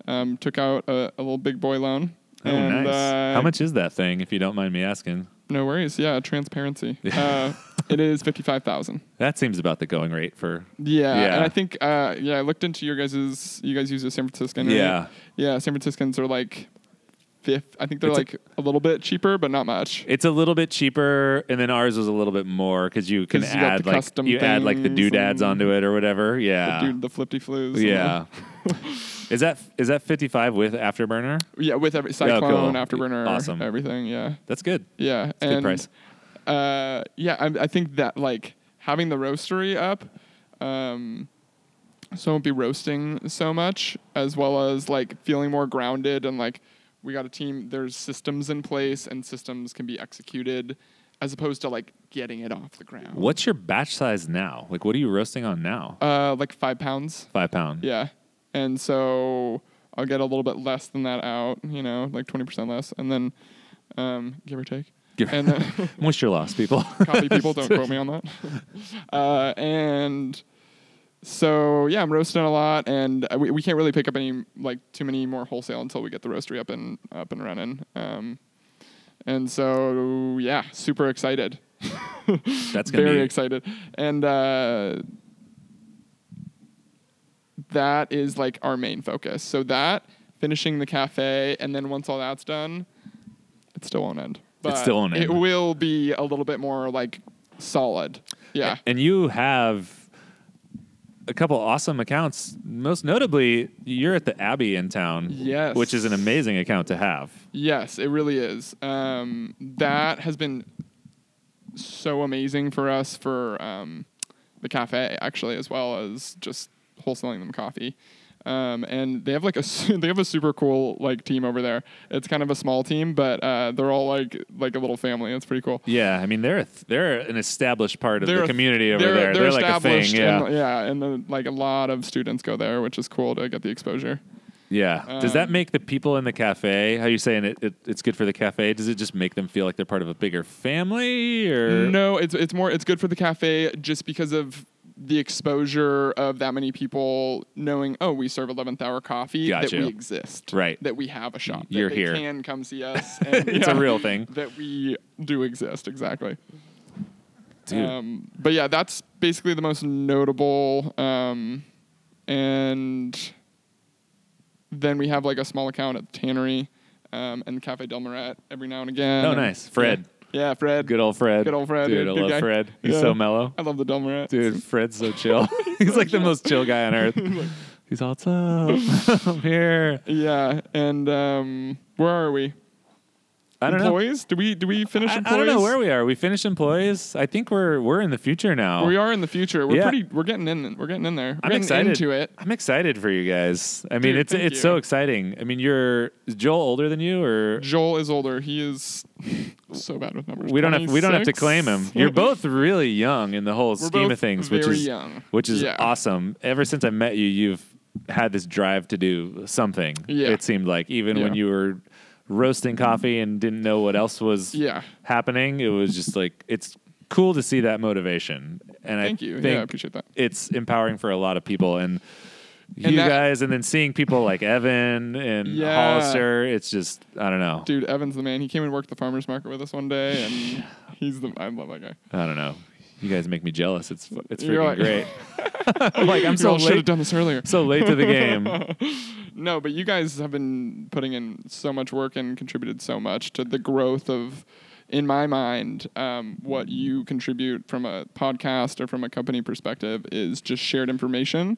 Speaker 2: Um, took out a, a little big boy loan.
Speaker 3: oh,
Speaker 2: And,
Speaker 3: nice.
Speaker 2: uh,
Speaker 3: How much is that thing? If you don't mind me asking,
Speaker 2: No worries. Yeah, transparency. uh, it is fifty-five thousand.
Speaker 3: that seems about the going rate for.
Speaker 2: Yeah,
Speaker 3: Yeah.
Speaker 2: and I think uh, yeah, I looked into your guys's. You guys use a San Franciscan. Right?
Speaker 3: Yeah.
Speaker 2: yeah. San Franciscans are like fifth. I think they're
Speaker 3: It's a-
Speaker 2: like a, little bit cheaper, but not much.
Speaker 3: It's a little bit cheaper, and then ours was a little bit more because you can
Speaker 2: 'Cause you got
Speaker 3: add
Speaker 2: the
Speaker 3: like
Speaker 2: custom
Speaker 3: you add like the
Speaker 2: things
Speaker 3: doodads
Speaker 2: and-
Speaker 3: onto it or whatever. Yeah,
Speaker 2: Dude, the flippy flus.
Speaker 3: yeah. is that is that fifty five with afterburner?
Speaker 2: yeah. With every
Speaker 3: Yeah,
Speaker 2: cyclone,
Speaker 3: cool.
Speaker 2: afterburner,
Speaker 3: Awesome.
Speaker 2: everything. Yeah,
Speaker 3: That's good.
Speaker 2: yeah.
Speaker 3: a good
Speaker 2: and
Speaker 3: price.
Speaker 2: Uh, yeah, I, I think that like having the roastery up, um, so I won't be roasting so much, as well as like feeling more grounded and like we got a team. There's systems in place, and systems can be executed, as opposed to like getting it off the ground.
Speaker 3: What's your batch size now? Like, what are you roasting on now?
Speaker 2: Uh, like five pounds.
Speaker 3: Five pound.
Speaker 2: Yeah, and so I'll get a little bit less than that out. You know, like twenty percent less, and then um, give or take.
Speaker 3: Give-
Speaker 2: and then
Speaker 3: What's your loss, people?
Speaker 2: copy people. Don't quote me on that. Uh, and so yeah, I'm roasting a lot, and uh, we, we can't really pick up any like too many more wholesale until we get the roastery up and up and running. Um, and so yeah, super excited.
Speaker 3: That's gonna
Speaker 2: very
Speaker 3: be-
Speaker 2: excited, and uh, that is like our main focus. So that finishing the cafe, and then once all that's done, it still won't end. But
Speaker 3: still won't
Speaker 2: It
Speaker 3: end.
Speaker 2: will be a little bit more like solid. Yeah.
Speaker 3: And you have a couple awesome accounts. Most notably, you're at the Abbey in town.
Speaker 2: Yes.
Speaker 3: Which is an amazing account to have.
Speaker 2: Yes, it really is. Um, that has been so amazing for us for um, the cafe, actually, as well as just wholesaling them coffee. Um, and they have like a su- they have a super cool like team over there. It's kind of a small team, but uh, they're all like like a little family. It's pretty cool.
Speaker 3: Yeah, I mean they're a th- they're an established part of the
Speaker 2: a-
Speaker 3: community over
Speaker 2: they're-
Speaker 3: there. They're,
Speaker 2: They're,
Speaker 3: like a thing.
Speaker 2: established
Speaker 3: Yeah,
Speaker 2: and, yeah, and then, like a lot of students go there, which is cool to get the exposure.
Speaker 3: yeah. Does that
Speaker 2: Um,
Speaker 3: make the people in the cafe? How you saying it, it? It's good for the cafe. Does it just make them feel like they're part of a bigger family? Or
Speaker 2: No, it's it's more it's good for the cafe just because of the exposure of that many people knowing oh we serve 11th hour coffee
Speaker 3: Gotcha.
Speaker 2: that we exist
Speaker 3: Right.
Speaker 2: that we have a shop that
Speaker 3: You're
Speaker 2: they
Speaker 3: here.
Speaker 2: can come see us and,
Speaker 3: It's a real thing.
Speaker 2: that we do exist exactly
Speaker 3: Dude.
Speaker 2: um, but yeah that's basically the most notable um, and then we have like a small account at the tannery um, and cafe del Maret every now and again
Speaker 3: Oh, nice. Fred.
Speaker 2: yeah, Fred
Speaker 3: Good old Fred.
Speaker 2: Good old Fred,
Speaker 3: Dude,
Speaker 2: dude.
Speaker 3: I
Speaker 2: Good
Speaker 3: love
Speaker 2: guy.
Speaker 3: Fred. He's
Speaker 2: Yeah.
Speaker 3: so mellow.
Speaker 2: I love the Delmarats.
Speaker 3: Dude, Fred's so chill. He's like the most chill guy on earth. He's all up. I'm here.
Speaker 2: Yeah, and um, where are we?
Speaker 3: I don't know.
Speaker 2: employees? Do we do we finish
Speaker 3: I, I
Speaker 2: employees?
Speaker 3: don't know where we are. We finished employees. I think we're we're in the future now.
Speaker 2: We are in the future. We're
Speaker 3: Yeah.
Speaker 2: pretty. We're getting in. We're getting in there. We're
Speaker 3: I'm
Speaker 2: getting
Speaker 3: excited
Speaker 2: into it.
Speaker 3: I'm excited for you guys. I mean,
Speaker 2: Dude,
Speaker 3: it's
Speaker 2: thank
Speaker 3: it's
Speaker 2: you.
Speaker 3: so exciting. I mean, you're is Joel older than you, or
Speaker 2: Joel is older. He is so bad with numbers.
Speaker 3: we don't have we don't have to
Speaker 2: 26?
Speaker 3: claim him. You're both really young in the whole
Speaker 2: We're
Speaker 3: scheme of
Speaker 2: both
Speaker 3: things, which
Speaker 2: very
Speaker 3: is
Speaker 2: young.
Speaker 3: which is
Speaker 2: Yeah.
Speaker 3: awesome. Ever since I met you, you've had this drive to do something.
Speaker 2: Yeah.
Speaker 3: It seemed like even when
Speaker 2: Yeah.
Speaker 3: you were roasting coffee and didn't know what else was
Speaker 2: Yeah.
Speaker 3: happening, it was just like it's cool to see that motivation. And
Speaker 2: Thank
Speaker 3: I
Speaker 2: you.
Speaker 3: think
Speaker 2: Yeah, I appreciate that.
Speaker 3: it's empowering for a lot of people and.
Speaker 2: And
Speaker 3: you
Speaker 2: that-
Speaker 3: guys, and then seeing people like Evan and
Speaker 2: Yeah.
Speaker 3: Hollister, it's just I don't know,
Speaker 2: Dude, Evan's the man. He came and worked the farmers market with us one day, and he's the. I love that guy.
Speaker 3: I don't know. You guys make me jealous. It's fu- it's
Speaker 2: You're
Speaker 3: freaking
Speaker 2: like-
Speaker 3: great. I'm like I'm so
Speaker 2: Y'all should have
Speaker 3: late,
Speaker 2: done this earlier.
Speaker 3: so late to the game.
Speaker 2: No, but you guys have been putting in so much work and contributed so much to the growth of, in my mind, um, what you contribute from a podcast or from a company perspective is just shared information.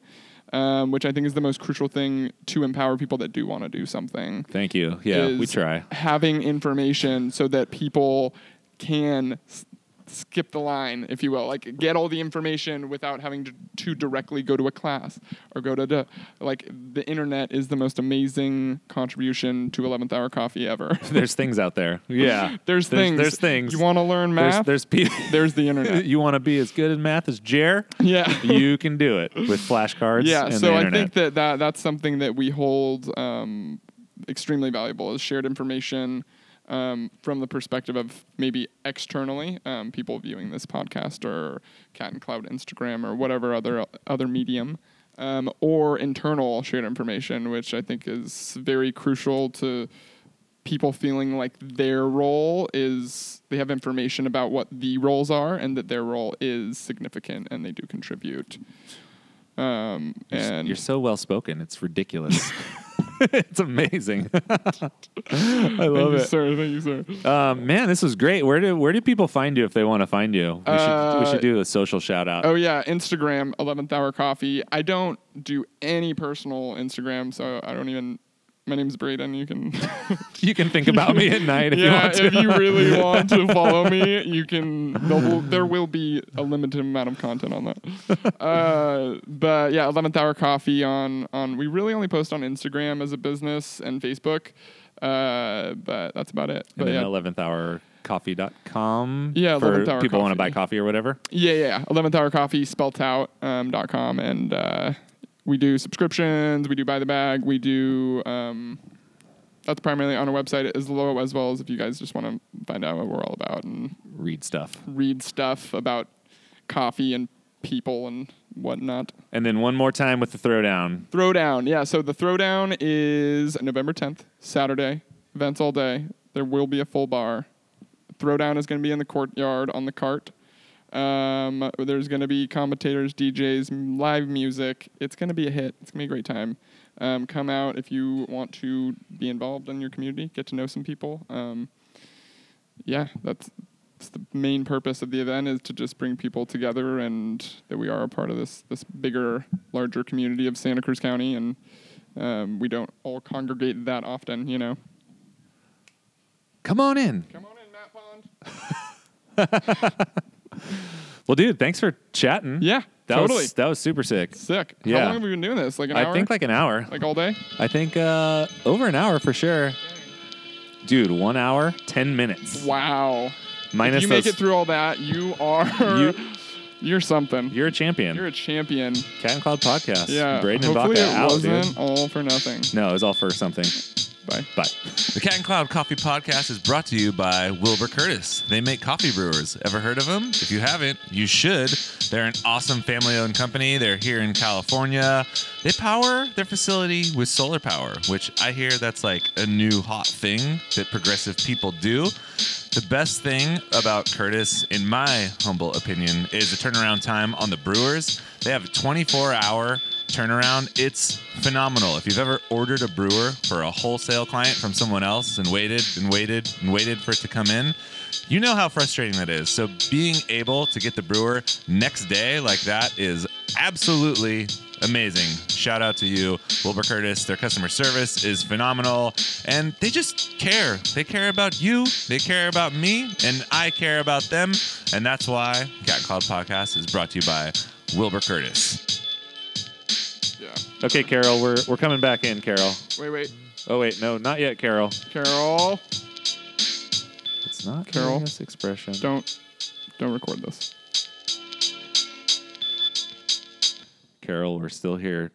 Speaker 2: um, which I think is the most crucial thing to empower people that do want to do something.
Speaker 3: Thank you. Yeah, we
Speaker 2: is
Speaker 3: try.
Speaker 2: having information so that people can s- skip the line, if you will, like get all the information without having to, to directly go to a class or go to the like the internet is the most amazing contribution to 11th hour coffee ever.
Speaker 3: There's things out there. Yeah.
Speaker 2: There's, things.
Speaker 3: There's things.
Speaker 2: You want to learn
Speaker 3: there's,
Speaker 2: math?
Speaker 3: there's people.
Speaker 2: There's the internet.
Speaker 3: you want to be as good in math as Jer?
Speaker 2: yeah.
Speaker 3: you can do it with flashcards.
Speaker 2: yeah
Speaker 3: and
Speaker 2: so
Speaker 3: the
Speaker 2: i
Speaker 3: internet.
Speaker 2: think that, that that's something that we hold um, extremely valuable is shared information um, from the perspective of maybe externally um, people viewing this podcast or cat and cloud instagram or whatever other other medium um, or internal shared information which i think is very crucial to people feeling like their role is they have information about what the roles are and that their role is significant and they do contribute um,
Speaker 3: You're s-
Speaker 2: and
Speaker 3: you're so well spoken. It's ridiculous. it's amazing. I love
Speaker 2: thank you,
Speaker 3: it.
Speaker 2: sir. Thank you, sir.
Speaker 3: Um, man, this was great. Where do where do people find you if they want to find you? We, should, we
Speaker 2: Uh,
Speaker 3: should do a social shout out.
Speaker 2: Oh yeah, Instagram, eleventh hour coffee. I don't do any personal Instagram, so I don't even. My name's Braden. You can,
Speaker 3: You can think about me at night if you
Speaker 2: yeah.
Speaker 3: want to.
Speaker 2: If you really want to follow me, you can. There will, there will be a limited amount of content on that. Uh, but yeah, eleventh hour coffee on on. We really only post on Instagram as a business and Facebook, uh, but that's about it.
Speaker 3: and
Speaker 2: But
Speaker 3: then
Speaker 2: yeah,
Speaker 3: 11th hour coffee.com
Speaker 2: Yeah,
Speaker 3: for
Speaker 2: 11th hour
Speaker 3: people want to buy
Speaker 2: coffee.
Speaker 3: coffee or whatever.
Speaker 2: Yeah, yeah, yeah. Eleventh Hour Coffee spelt out um, dot com, and uh, we do subscriptions. We do buy the bag. We do. Um, that's primarily on our website as low as well as if you guys just want to find out what we're all about and
Speaker 3: Read stuff.
Speaker 2: read stuff about coffee and people and whatnot.
Speaker 3: And then one more time with the throwdown.
Speaker 2: Throwdown, yeah. So the throwdown is November tenth, Saturday. Events all day. There will be a full bar. Throwdown is going to be in the courtyard on the cart. Um, there's going to be commentators, DJs, m- live music. It's going to be a hit. It's going to be a great time. Um, come out if you want to be involved in your community, get to know some people. Um, yeah, that's, that's the main purpose of the event is to just bring people together and that we are a part of this this bigger, larger community of Santa Cruz County, and um, we don't all congregate that often, you know.
Speaker 3: Come on in.
Speaker 2: Come on in, Matt Pond.
Speaker 3: Well, dude, thanks for chatting.
Speaker 2: Yeah,
Speaker 3: That
Speaker 2: totally
Speaker 3: was that was super sick.
Speaker 2: sick.
Speaker 3: Yeah.
Speaker 2: How long have we been doing this? Like an hour?
Speaker 3: I think like an hour.
Speaker 2: like all day.
Speaker 3: I think uh, over an hour for sure. Dude, one hour, ten minutes.
Speaker 2: Wow.
Speaker 3: Minus
Speaker 2: if you make
Speaker 3: those-
Speaker 2: it through all that, you are you, are something. You're,
Speaker 3: You're a champion.
Speaker 2: a champion.
Speaker 3: Cat and Cloud podcast.
Speaker 2: Yeah.
Speaker 3: Braden and
Speaker 2: Hopefully
Speaker 3: Baca
Speaker 2: it
Speaker 3: out,
Speaker 2: wasn't
Speaker 3: dude.
Speaker 2: all for nothing.
Speaker 3: No, it was all for something.
Speaker 2: Bye.
Speaker 3: Bye.
Speaker 1: The Cat and Cloud Coffee Podcast is brought to you by Wilbur Curtis. They make coffee brewers. Ever heard of them? If you haven't, you should. They're an awesome family owned company. They're here in California. They power their facility with solar power, which I hear that's like a new hot thing that progressive people do. The best thing about Curtis, in my humble opinion, is the turnaround time on the brewers. They have a 24 hour turnaround. It's phenomenal. If you've ever ordered a brewer for a wholesale client from someone else and waited and waited and waited for it to come in, you know how frustrating that is. So being able to get the brewer next day like that is absolutely amazing. Shout out to you, Wilbur Curtis. Their customer service is phenomenal and they just care. They care about you, they care about me, and I care about them. And that's why Cat and Cloud Podcast is brought to you by Wilbur Curtis.
Speaker 2: Yeah.
Speaker 3: Okay, Carol, we're we're coming back in, Carol.
Speaker 2: Wait, wait,
Speaker 3: Oh wait, no, not yet, Carol.
Speaker 2: Carol.
Speaker 3: It's not
Speaker 2: Carol,
Speaker 3: This expression.
Speaker 2: Don't don't record this.
Speaker 3: Carol, we're still here.